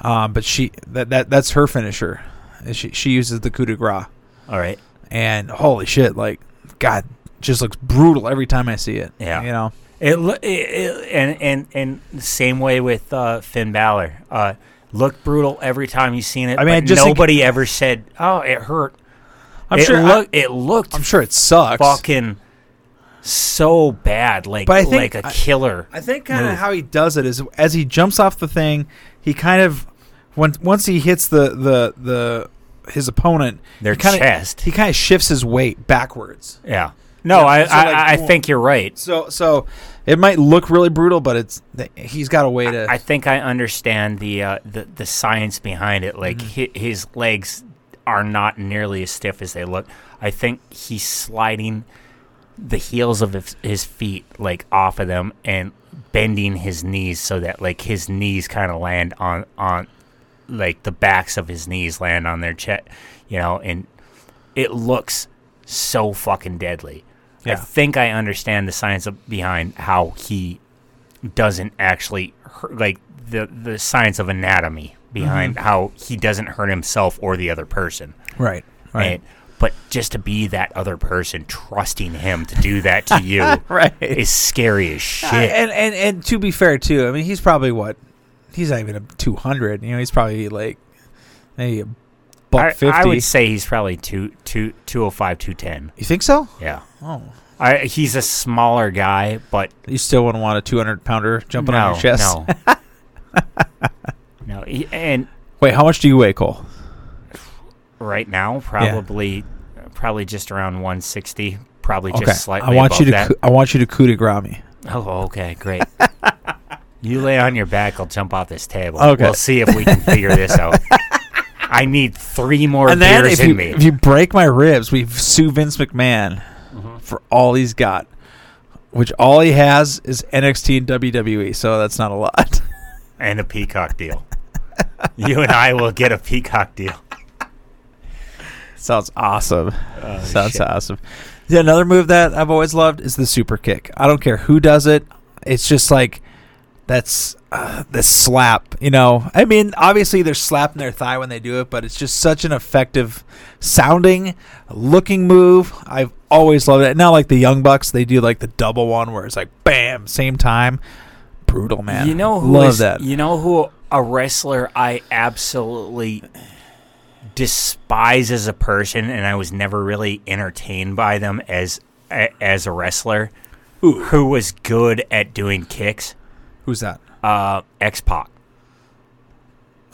Speaker 2: um, but she that, that that's her finisher. And She she uses the coup de grace,
Speaker 1: All right,
Speaker 2: and holy shit, like God, just looks brutal every time I see it.
Speaker 1: Yeah.
Speaker 2: you know,
Speaker 1: It, lo- it, it and and and the same way with uh, Finn Balor. Uh, looked brutal every time you seen it.
Speaker 2: I mean,
Speaker 1: but
Speaker 2: I just think-
Speaker 1: nobody ever said, "Oh, it hurt."
Speaker 2: I'm
Speaker 1: it
Speaker 2: sure
Speaker 1: look- it looked
Speaker 2: I'm sure it sucks.
Speaker 1: fucking so bad, like
Speaker 2: But I
Speaker 1: like
Speaker 2: think-
Speaker 1: a
Speaker 2: I-
Speaker 1: killer.
Speaker 2: I think kind
Speaker 1: move.
Speaker 2: of how he does it is as he jumps off the thing, he kind of once once he hits the the the his opponent
Speaker 1: Their
Speaker 2: he kinda,
Speaker 1: chest.
Speaker 2: He kind of shifts his weight backwards.
Speaker 1: yeah. No,
Speaker 2: Yeah,
Speaker 1: I,
Speaker 2: so,
Speaker 1: I,
Speaker 2: like,
Speaker 1: I
Speaker 2: well-
Speaker 1: think you're right.
Speaker 2: So so it might look really brutal, but it's he's got a way to.
Speaker 1: I think I understand the uh, the the science behind it. Like
Speaker 2: Mm-hmm.
Speaker 1: hi- his legs are not nearly as stiff as they look. I think he's sliding the heels of his, his feet like off of them and bending his knees so that like his knees kind of land on on like the backs of his knees land on their chest, you know, and it looks so fucking deadly. I
Speaker 2: Yeah.
Speaker 1: think I understand the science of- behind how he doesn't actually hurt, like the the science of anatomy behind
Speaker 2: Mm-hmm.
Speaker 1: how he doesn't hurt himself or the other person.
Speaker 2: right
Speaker 1: And- but just to be that other person, trusting him to do that to you
Speaker 2: right.
Speaker 1: is scary as
Speaker 2: Uh,
Speaker 1: shit.
Speaker 2: and and and to be fair too, I mean he's probably what he's not even a two hundred. You know he's probably like maybe a buck
Speaker 1: I,
Speaker 2: fifty.
Speaker 1: I would say he's probably two, two, 205, 210.
Speaker 2: you think so?
Speaker 1: Yeah.
Speaker 2: Oh,
Speaker 1: I, he's a smaller guy, but
Speaker 2: you still wouldn't want a two hundred pounder jumping
Speaker 1: no,
Speaker 2: on your chest?
Speaker 1: no. no. he- And
Speaker 2: Wait, how much do you weigh, Cole?
Speaker 1: right now, probably, probably just around 160. Probably just
Speaker 2: Okay,
Speaker 1: slightly.
Speaker 2: I want
Speaker 1: above
Speaker 2: you to
Speaker 1: that.
Speaker 2: cou- I want you to coup de grace me.
Speaker 1: Oh, okay, great. you lay on your back, I'll jump off this table.
Speaker 2: Okay.
Speaker 1: We'll see if we can figure this out. I need three more
Speaker 2: And then
Speaker 1: beers
Speaker 2: if
Speaker 1: in
Speaker 2: you,
Speaker 1: me.
Speaker 2: if you break my ribs, we sue Vince McMahon
Speaker 1: Mm-hmm.
Speaker 2: for all he's got, which all he has is NXT and WWE. So that's not a lot.
Speaker 1: and a peacock deal. you and I will get a peacock deal.
Speaker 2: Sounds awesome. Sounds
Speaker 1: shit.
Speaker 2: awesome. Yeah, another move that I've always loved is the super kick. I don't care who does it. It's just like that's uh, the slap. You know, I mean, obviously they're slapping their thigh when they do it, but it's just such an effective sounding, looking move. I've always loved it. Now, like the Young Bucks, they do like the double one where it's like bam, same time. Brutal man.
Speaker 1: You know who
Speaker 2: love
Speaker 1: is-
Speaker 2: that.
Speaker 1: You know who a wrestler I absolutely despise as a person, and I was never really entertained by them as a- as a wrestler. Who was good at doing kicks?
Speaker 2: Who's that?
Speaker 1: Uh, X Pac.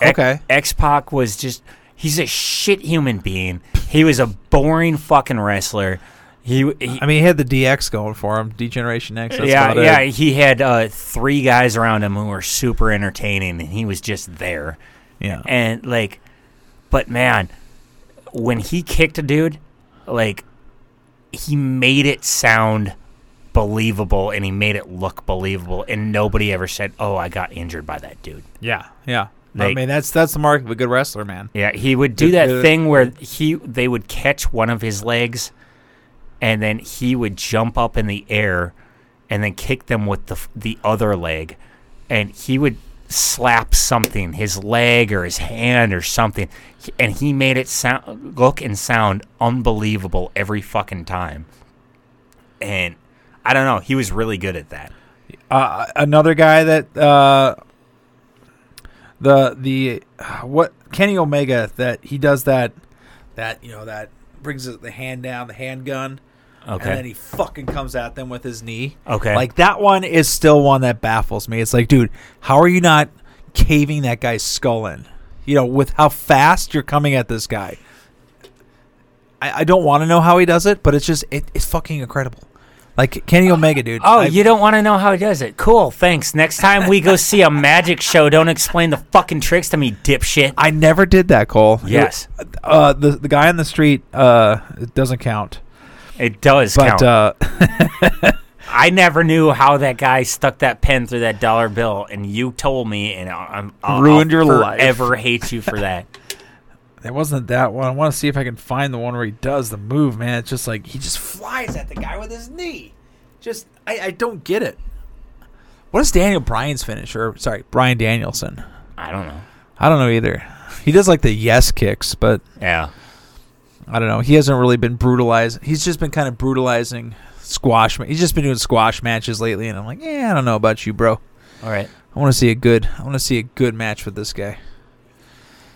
Speaker 2: Okay.
Speaker 1: X Pac was just he's a shit human being. He was a boring fucking wrestler. He, he
Speaker 2: I mean, he had the DX going for him, Degeneration X. That's
Speaker 1: yeah,
Speaker 2: about it.
Speaker 1: yeah. He had uh, three guys around him who were super entertaining, and he was just there.
Speaker 2: yeah.
Speaker 1: And like, but man, when he kicked a dude, like, he made it sound believable, and he made it look believable, and nobody ever said, "Oh, I got injured by that dude."
Speaker 2: Yeah, yeah. I mean, that's that's the mark of a good wrestler, man.
Speaker 1: Yeah, he would do
Speaker 2: Did
Speaker 1: that
Speaker 2: the-
Speaker 1: thing where he they would catch one of his legs, and then he would jump up in the air, and then kick them with the f- the other leg, and he would slap something, his leg or his hand or something, He- and he made it sound look and sound unbelievable every fucking time. And I don't know, he was really good at that.
Speaker 2: Uh, another guy that uh, the the what Kenny Omega that he does that that you know that brings the hand down, the handgun,
Speaker 1: Okay,
Speaker 2: and then he fucking comes at them with his knee.
Speaker 1: okay,
Speaker 2: Like that one is still one that baffles me. It's like, dude, how are you not caving that guy's skull in? You know, with how fast you're coming at this guy. I, I don't want to know how he does it, but it's just it, it's fucking incredible. Like Kenny Omega, dude.
Speaker 1: Oh,
Speaker 2: I-
Speaker 1: you don't want to know how he does it? Cool, thanks. Next time we go see a magic show, don't explain the fucking tricks to me, dipshit.
Speaker 2: I never did that, Cole.
Speaker 1: Yes.
Speaker 2: Uh, the the guy on the street uh it doesn't count.
Speaker 1: It does
Speaker 2: But
Speaker 1: count.
Speaker 2: uh
Speaker 1: I never knew how that guy stuck that pen through that dollar bill, and you told me, and I- I'm I'll,
Speaker 2: Ruined
Speaker 1: I'll
Speaker 2: your life.
Speaker 1: Forever hate you for that.
Speaker 2: it wasn't that one. I want to see if I can find the one where he does the move, man. It's just like he just flies at the guy with his knee. Just I, I don't get it. What is Daniel Bryan's finish? Or sorry, Brian Danielson.
Speaker 1: I don't know.
Speaker 2: I don't know either. He does like the yes kicks, but
Speaker 1: Yeah.
Speaker 2: I don't know. He hasn't really been brutalized. He's just been kind of brutalizing squash. ma- He's just been doing squash matches lately, and I'm like, yeah, I don't know about you, bro.
Speaker 1: All right.
Speaker 2: I want to see a good. I want to see a good match with this guy.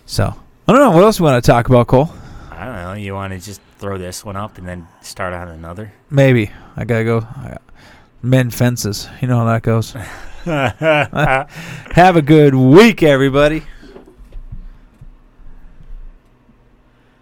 Speaker 2: So I don't know what else we want to talk about, Cole.
Speaker 1: I don't know. You want to just throw this one up and then start on another?
Speaker 2: Maybe I gotta go. I, men fences. You know how that goes. Have a good week, everybody.